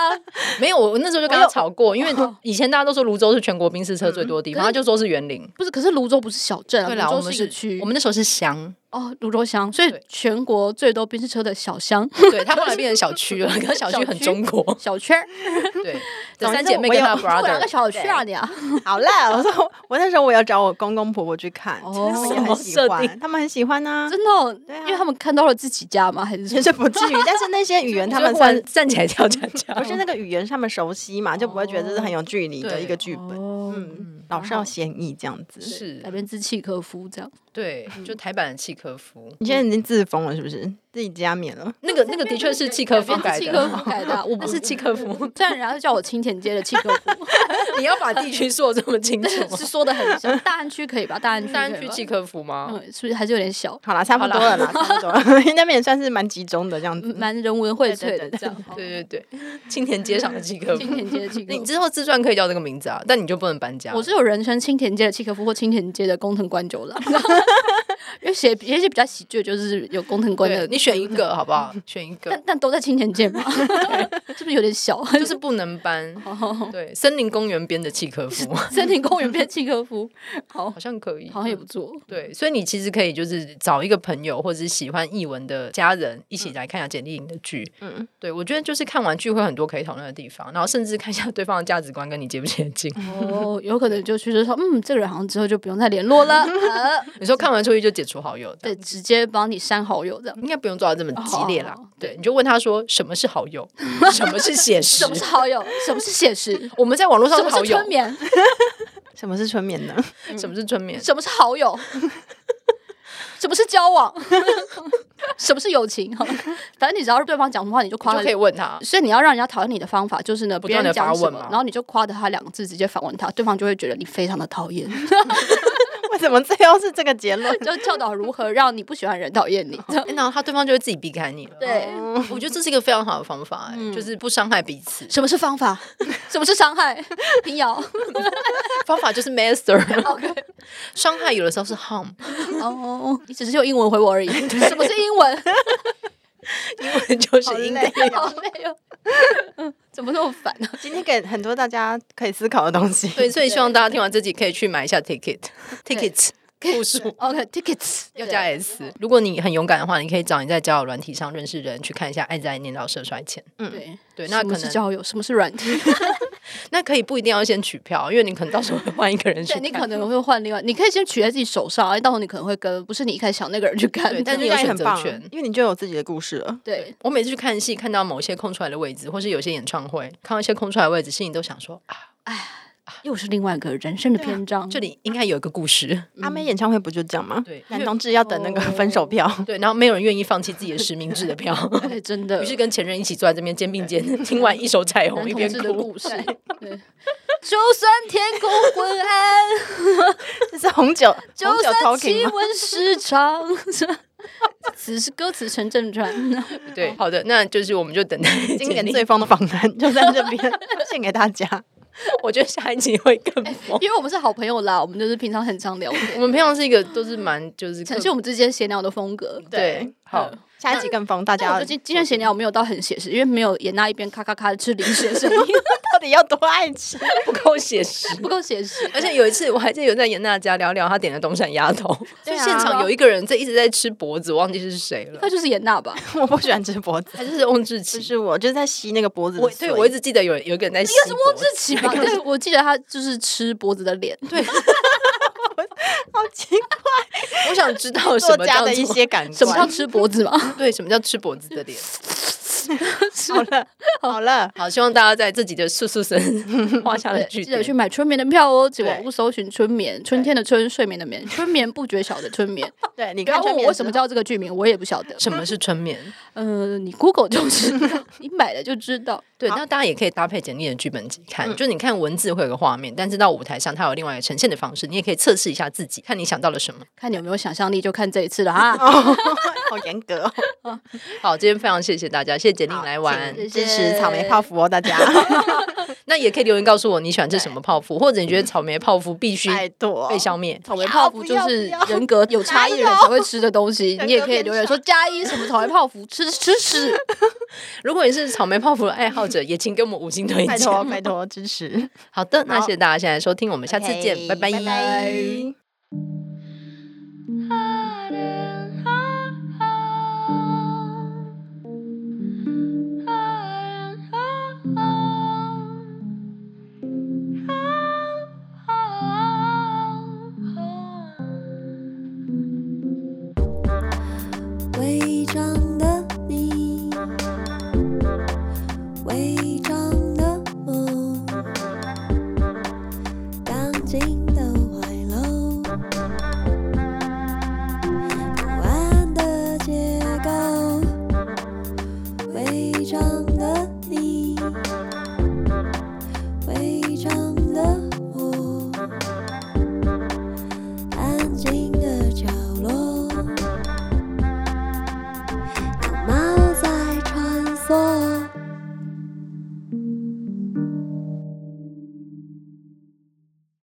Speaker 2: 没有，我我那时候就跟他吵过， 因为以前大家都说泸州是全国冰士车最多的地方，
Speaker 4: 嗯
Speaker 2: 他
Speaker 4: 可是
Speaker 2: 就说是园林。
Speaker 4: 不是，可是泸州不是小镇、
Speaker 2: 对
Speaker 4: 啊，
Speaker 2: 啦，我
Speaker 4: 泸州
Speaker 2: 们
Speaker 4: 一个
Speaker 2: 是
Speaker 4: 区，
Speaker 2: 我们那时候是 乡，
Speaker 4: 哦泸州乡，所以
Speaker 2: 对
Speaker 4: 全国最多宾士车的小乡
Speaker 2: 对，它后来变成小区了，可是 小区很中 国，
Speaker 4: 小圈儿，
Speaker 2: 对，这
Speaker 3: 总之
Speaker 2: 三姐妹
Speaker 3: 我
Speaker 2: 跟
Speaker 3: 有
Speaker 2: 她的
Speaker 4: 不然个
Speaker 2: brother
Speaker 4: 小圈儿你啊，
Speaker 3: 好啦，我说我那时候我有找我公公婆婆去看，
Speaker 4: 哦
Speaker 3: 他们也很喜
Speaker 2: 什么设定
Speaker 3: 欢，他们很喜欢呢、
Speaker 4: 真的哦、
Speaker 3: 对啊
Speaker 4: 因为他们看到了自己家吗？还是
Speaker 3: 也
Speaker 4: 什
Speaker 3: 是不至于，但是那些语言他
Speaker 2: 就嗯
Speaker 3: 们
Speaker 2: 忽然
Speaker 3: 算
Speaker 2: 站起来跳 恰恰，
Speaker 3: 不是那个语言是他们熟悉嘛，就不会觉得这是很有距离的一个剧
Speaker 4: 么？
Speaker 3: 本。
Speaker 4: 哦，
Speaker 3: 嗯，老少咸宜这样子。
Speaker 2: 是
Speaker 4: 改编自契科夫这样，
Speaker 2: 对，
Speaker 4: 嗯
Speaker 2: 就台版的契科夫，
Speaker 3: 你现在已经自封了是不是？自己加冕了？
Speaker 2: 那个那个的确是契科夫
Speaker 4: 哦
Speaker 2: 改
Speaker 4: 契科
Speaker 2: 的，
Speaker 4: 夫改的啊，我
Speaker 2: 那
Speaker 4: 不
Speaker 2: 是契科夫，
Speaker 4: 虽然人家叫我青田街的契 科夫，
Speaker 2: 你要把地区说得这么清楚吗
Speaker 4: 是说的很像，大安区可以吧？大安区
Speaker 2: 大安
Speaker 4: 可以
Speaker 2: 区
Speaker 4: 吧
Speaker 2: 契科夫吗？
Speaker 4: 嗯，是不是还是有点小，
Speaker 3: 好啦，差不多了啦，差不多了。 那边也算是蛮集中的这样子。
Speaker 4: 蛮人文荟萃
Speaker 3: 对对
Speaker 4: 的
Speaker 3: 对
Speaker 4: 这样。
Speaker 2: 对对 对，青田街上的契科
Speaker 4: 哦
Speaker 2: 夫
Speaker 4: 青。田街的契科
Speaker 2: 你
Speaker 4: 夫，
Speaker 2: 之后自传可以叫这个名字啊，但你就不能搬家。
Speaker 4: 我是有人称青田街的契科夫或青田街的工藤官九 郎，因为写也许比较喜剧，就是有工藤官
Speaker 2: 对
Speaker 4: 的，
Speaker 2: 你选一个好不 好？选一个
Speaker 4: 但，但都在青田街嘛，是不是有点 小？
Speaker 2: 就是不能搬。
Speaker 4: 哦
Speaker 2: 对，森林公园边的契科夫
Speaker 4: 森林公园变契科夫， 好
Speaker 2: 好，像可以，
Speaker 4: 好像也不错。
Speaker 2: 对，所以你其实可以就是找一个朋友或者是喜欢译文的家人一
Speaker 4: 嗯
Speaker 2: 起来看一下简历营的剧。
Speaker 3: 嗯，
Speaker 2: 对我觉得就是看完剧会有很多可以讨论的地方，然后甚至看一下对方的价值观跟你接不接 近。
Speaker 4: 哦，有可能就去就说，嗯，这个人好像之后就不用再联络 了，呃
Speaker 2: 你说看完出去就解除好友，
Speaker 4: 对，，直接帮你删好友这样。
Speaker 2: 应该不用做到这么激烈啦
Speaker 4: 哦。
Speaker 2: 对，你就问他说什么是好友，什么 是写实
Speaker 4: 什么，是好友？什么是写实？
Speaker 2: 我们在网络上
Speaker 4: 什
Speaker 2: 是
Speaker 4: 么
Speaker 2: 好
Speaker 4: 是
Speaker 2: 友，
Speaker 4: 春眠？
Speaker 3: 什么是春眠呢？
Speaker 2: 什么是春眠，
Speaker 4: 什么是好友？什么是交 往？什么是友情？ 好了反正你只要是对方讲什么话，你就
Speaker 2: 你
Speaker 4: 夸
Speaker 2: 就
Speaker 4: 了
Speaker 2: 可以。问他。
Speaker 4: 所以你要让人家讨厌你的方法就是呢，
Speaker 2: 不
Speaker 4: 别
Speaker 2: 断地
Speaker 4: 人讲
Speaker 2: 发
Speaker 4: 什
Speaker 2: 问
Speaker 4: 么
Speaker 2: 嘛，
Speaker 4: 然后你就夸的他两个字，直接反问他，对方就会觉得你非常的讨 厌。
Speaker 3: 为什么最后是这个结论？
Speaker 4: 就教导如何让你不喜欢的人讨厌你。
Speaker 2: 诶然后哎他对方就会自己避开你了。嗯
Speaker 4: 对，嗯
Speaker 2: 我觉得这是一个非常好的方法、哎就是不伤害彼此。
Speaker 4: 什么是方法？ 什么是伤 害？平遥。
Speaker 2: 方法就是 master，
Speaker 4: OK。
Speaker 2: 伤害有的时候是 harm，
Speaker 4: 哦，你只是用英文回我而已。 什么是英文？
Speaker 2: 英文就是英文。
Speaker 4: 好 累 哦。 怎么那么烦呢、啊
Speaker 3: 今天给很多大家可以思考的东西。
Speaker 2: 对，所以希望大家听完这集可以去买一下 ticket，ticket 复数。
Speaker 4: OK，tickets、
Speaker 2: 要加 S。如果你很勇敢的话，你可以找你在交友软体上认识人去看一下《爱在念到社衰前》。
Speaker 4: 对
Speaker 2: 对，那
Speaker 4: 什么
Speaker 2: 可
Speaker 4: 是
Speaker 2: 能
Speaker 4: 交友，什么是软 体？
Speaker 2: 那可以不一定要先取票，因为你可能到时候会换一个人去
Speaker 4: 对
Speaker 2: 看。
Speaker 4: 你可能会换另外，你可以先取在自己手上，哎，到时候你可能会跟不是你一开始想那个人去看
Speaker 2: 对，
Speaker 4: 的。
Speaker 2: 但是
Speaker 3: 这
Speaker 2: 有
Speaker 3: 样也
Speaker 2: 选
Speaker 3: 很
Speaker 2: 择
Speaker 3: 棒
Speaker 2: 权，。
Speaker 3: 因为你就有自己的故事了。
Speaker 4: 对，
Speaker 2: 我每次去看戏，看到某些空出来的位置，或是有些演唱会，看到一些空出来的位置，心里都想说啊，
Speaker 4: 又是另外一个人生的篇章。
Speaker 2: 这里应该有一个故事。
Speaker 3: 阿妹演唱会不就这样吗？
Speaker 2: 对
Speaker 3: 男同志要等那个分手票。
Speaker 2: 对，然后没有人愿意放弃自己的实名制的票，
Speaker 4: 哎，真 的，
Speaker 2: 于是跟前任一起坐在这边肩并肩，听完一首《彩虹》
Speaker 4: 男
Speaker 2: 一
Speaker 4: 同
Speaker 2: 边
Speaker 4: 志的
Speaker 2: 哭。
Speaker 4: 故事。对，就算天空昏暗，
Speaker 3: 这是红酒，
Speaker 4: 就
Speaker 3: 红酒
Speaker 4: 算
Speaker 3: talking
Speaker 4: 气
Speaker 3: 吗？
Speaker 4: 温失常， 此是歌词成 正传。
Speaker 2: 对，好的，那就是我们就等待
Speaker 3: 今
Speaker 2: 简
Speaker 3: 年
Speaker 2: 历
Speaker 3: 最疯的访谈就在这 边，献给大家。
Speaker 2: 我觉得下一集会更疯。
Speaker 4: 哎因为我们是好朋友啦，我们就是平常很常聊天，
Speaker 2: 我们平常是一个都是蛮就是
Speaker 4: 呈现我们之间闲聊的风格。
Speaker 2: 对，好，
Speaker 4: 嗯
Speaker 3: 下一集更疯，大
Speaker 4: 但我
Speaker 3: 家
Speaker 4: 觉得今今天闲聊我没有到很写实，因为没有严娜一边咔咔咔的吃零食的声音，
Speaker 3: 底要多爱吃？
Speaker 2: 不够写实。
Speaker 4: 不够写 实。
Speaker 2: 而且有一次，我还记得有人在严娜家聊聊她点的东山鸭头，就
Speaker 4: 对啊
Speaker 2: 现场有一个人在一直在吃脖子，我忘记是谁了，
Speaker 4: 那就是严 娜吧？
Speaker 3: 我不喜欢吃脖子，
Speaker 2: 还是翁志
Speaker 3: 就
Speaker 2: 奇。
Speaker 3: 是我就是在吸那个脖子的
Speaker 2: 我
Speaker 3: 碎。
Speaker 2: 对我一直记得有有一个人在，应该是翁志
Speaker 4: 起吧？ 对，我记 得他就是吃脖子的脸。对，
Speaker 3: 好奇
Speaker 2: 我想知道什
Speaker 3: 作
Speaker 2: 么
Speaker 3: 家
Speaker 2: 叫
Speaker 3: 的一
Speaker 2: 做
Speaker 3: 些感
Speaker 4: 什么叫
Speaker 3: 官。
Speaker 4: 吃脖子嘛？
Speaker 2: 对什么叫吃脖子的脸。
Speaker 3: 好了，好了，
Speaker 2: 好，希望大家在自己的素素身画下了句
Speaker 4: 记得
Speaker 2: 点
Speaker 4: 去。买春眠的票哦，请
Speaker 3: 对
Speaker 4: 网络搜寻春眠，春天的春，睡眠的眠，春眠不觉晓的春眠。
Speaker 3: 对 你
Speaker 4: 不要
Speaker 3: 看春
Speaker 4: 问我
Speaker 3: 眠
Speaker 4: 为
Speaker 3: 的
Speaker 4: 什么
Speaker 3: 时候
Speaker 4: 叫这个剧名，我也不晓得。
Speaker 2: 什么是春眠？
Speaker 4: 呃，你 Google 就知道， 你买了就知道。
Speaker 2: 对，
Speaker 3: 好
Speaker 2: 那大家也可以搭配简历的剧本集看，
Speaker 3: 嗯
Speaker 2: 就你看文字会有个画面，但是到舞台上它有另外一个呈现的方式，你也可以测试一下自己，看你想到了什么。
Speaker 4: 看你有没有想象力，就看这一次了 啊！
Speaker 3: 好严格哦，
Speaker 2: 好，今天非常谢谢大家，谢谢简历来玩，
Speaker 4: 谢谢
Speaker 3: 嗯支持草莓泡芙哦，大家
Speaker 2: 那也可以留言告诉我你喜欢吃什么泡芙，或者你觉得草莓泡芙必须
Speaker 3: 拜托
Speaker 2: 被消灭。
Speaker 4: 草莓泡芙
Speaker 3: 不
Speaker 4: 就
Speaker 3: 要不
Speaker 4: 是
Speaker 3: 要
Speaker 4: 人格有差异的人才会吃的 东西，你也可以留言说加一什么草莓泡芙吃吃吃。
Speaker 2: 如果你是草莓泡芙的爱好者，也请给我们五星推
Speaker 3: 拜
Speaker 2: 荐。
Speaker 3: 托拜托支持，
Speaker 2: 好的，那
Speaker 3: 好
Speaker 2: 谢谢大家现在收听，我们下次见，
Speaker 3: OK，
Speaker 2: 拜
Speaker 3: 拜拜。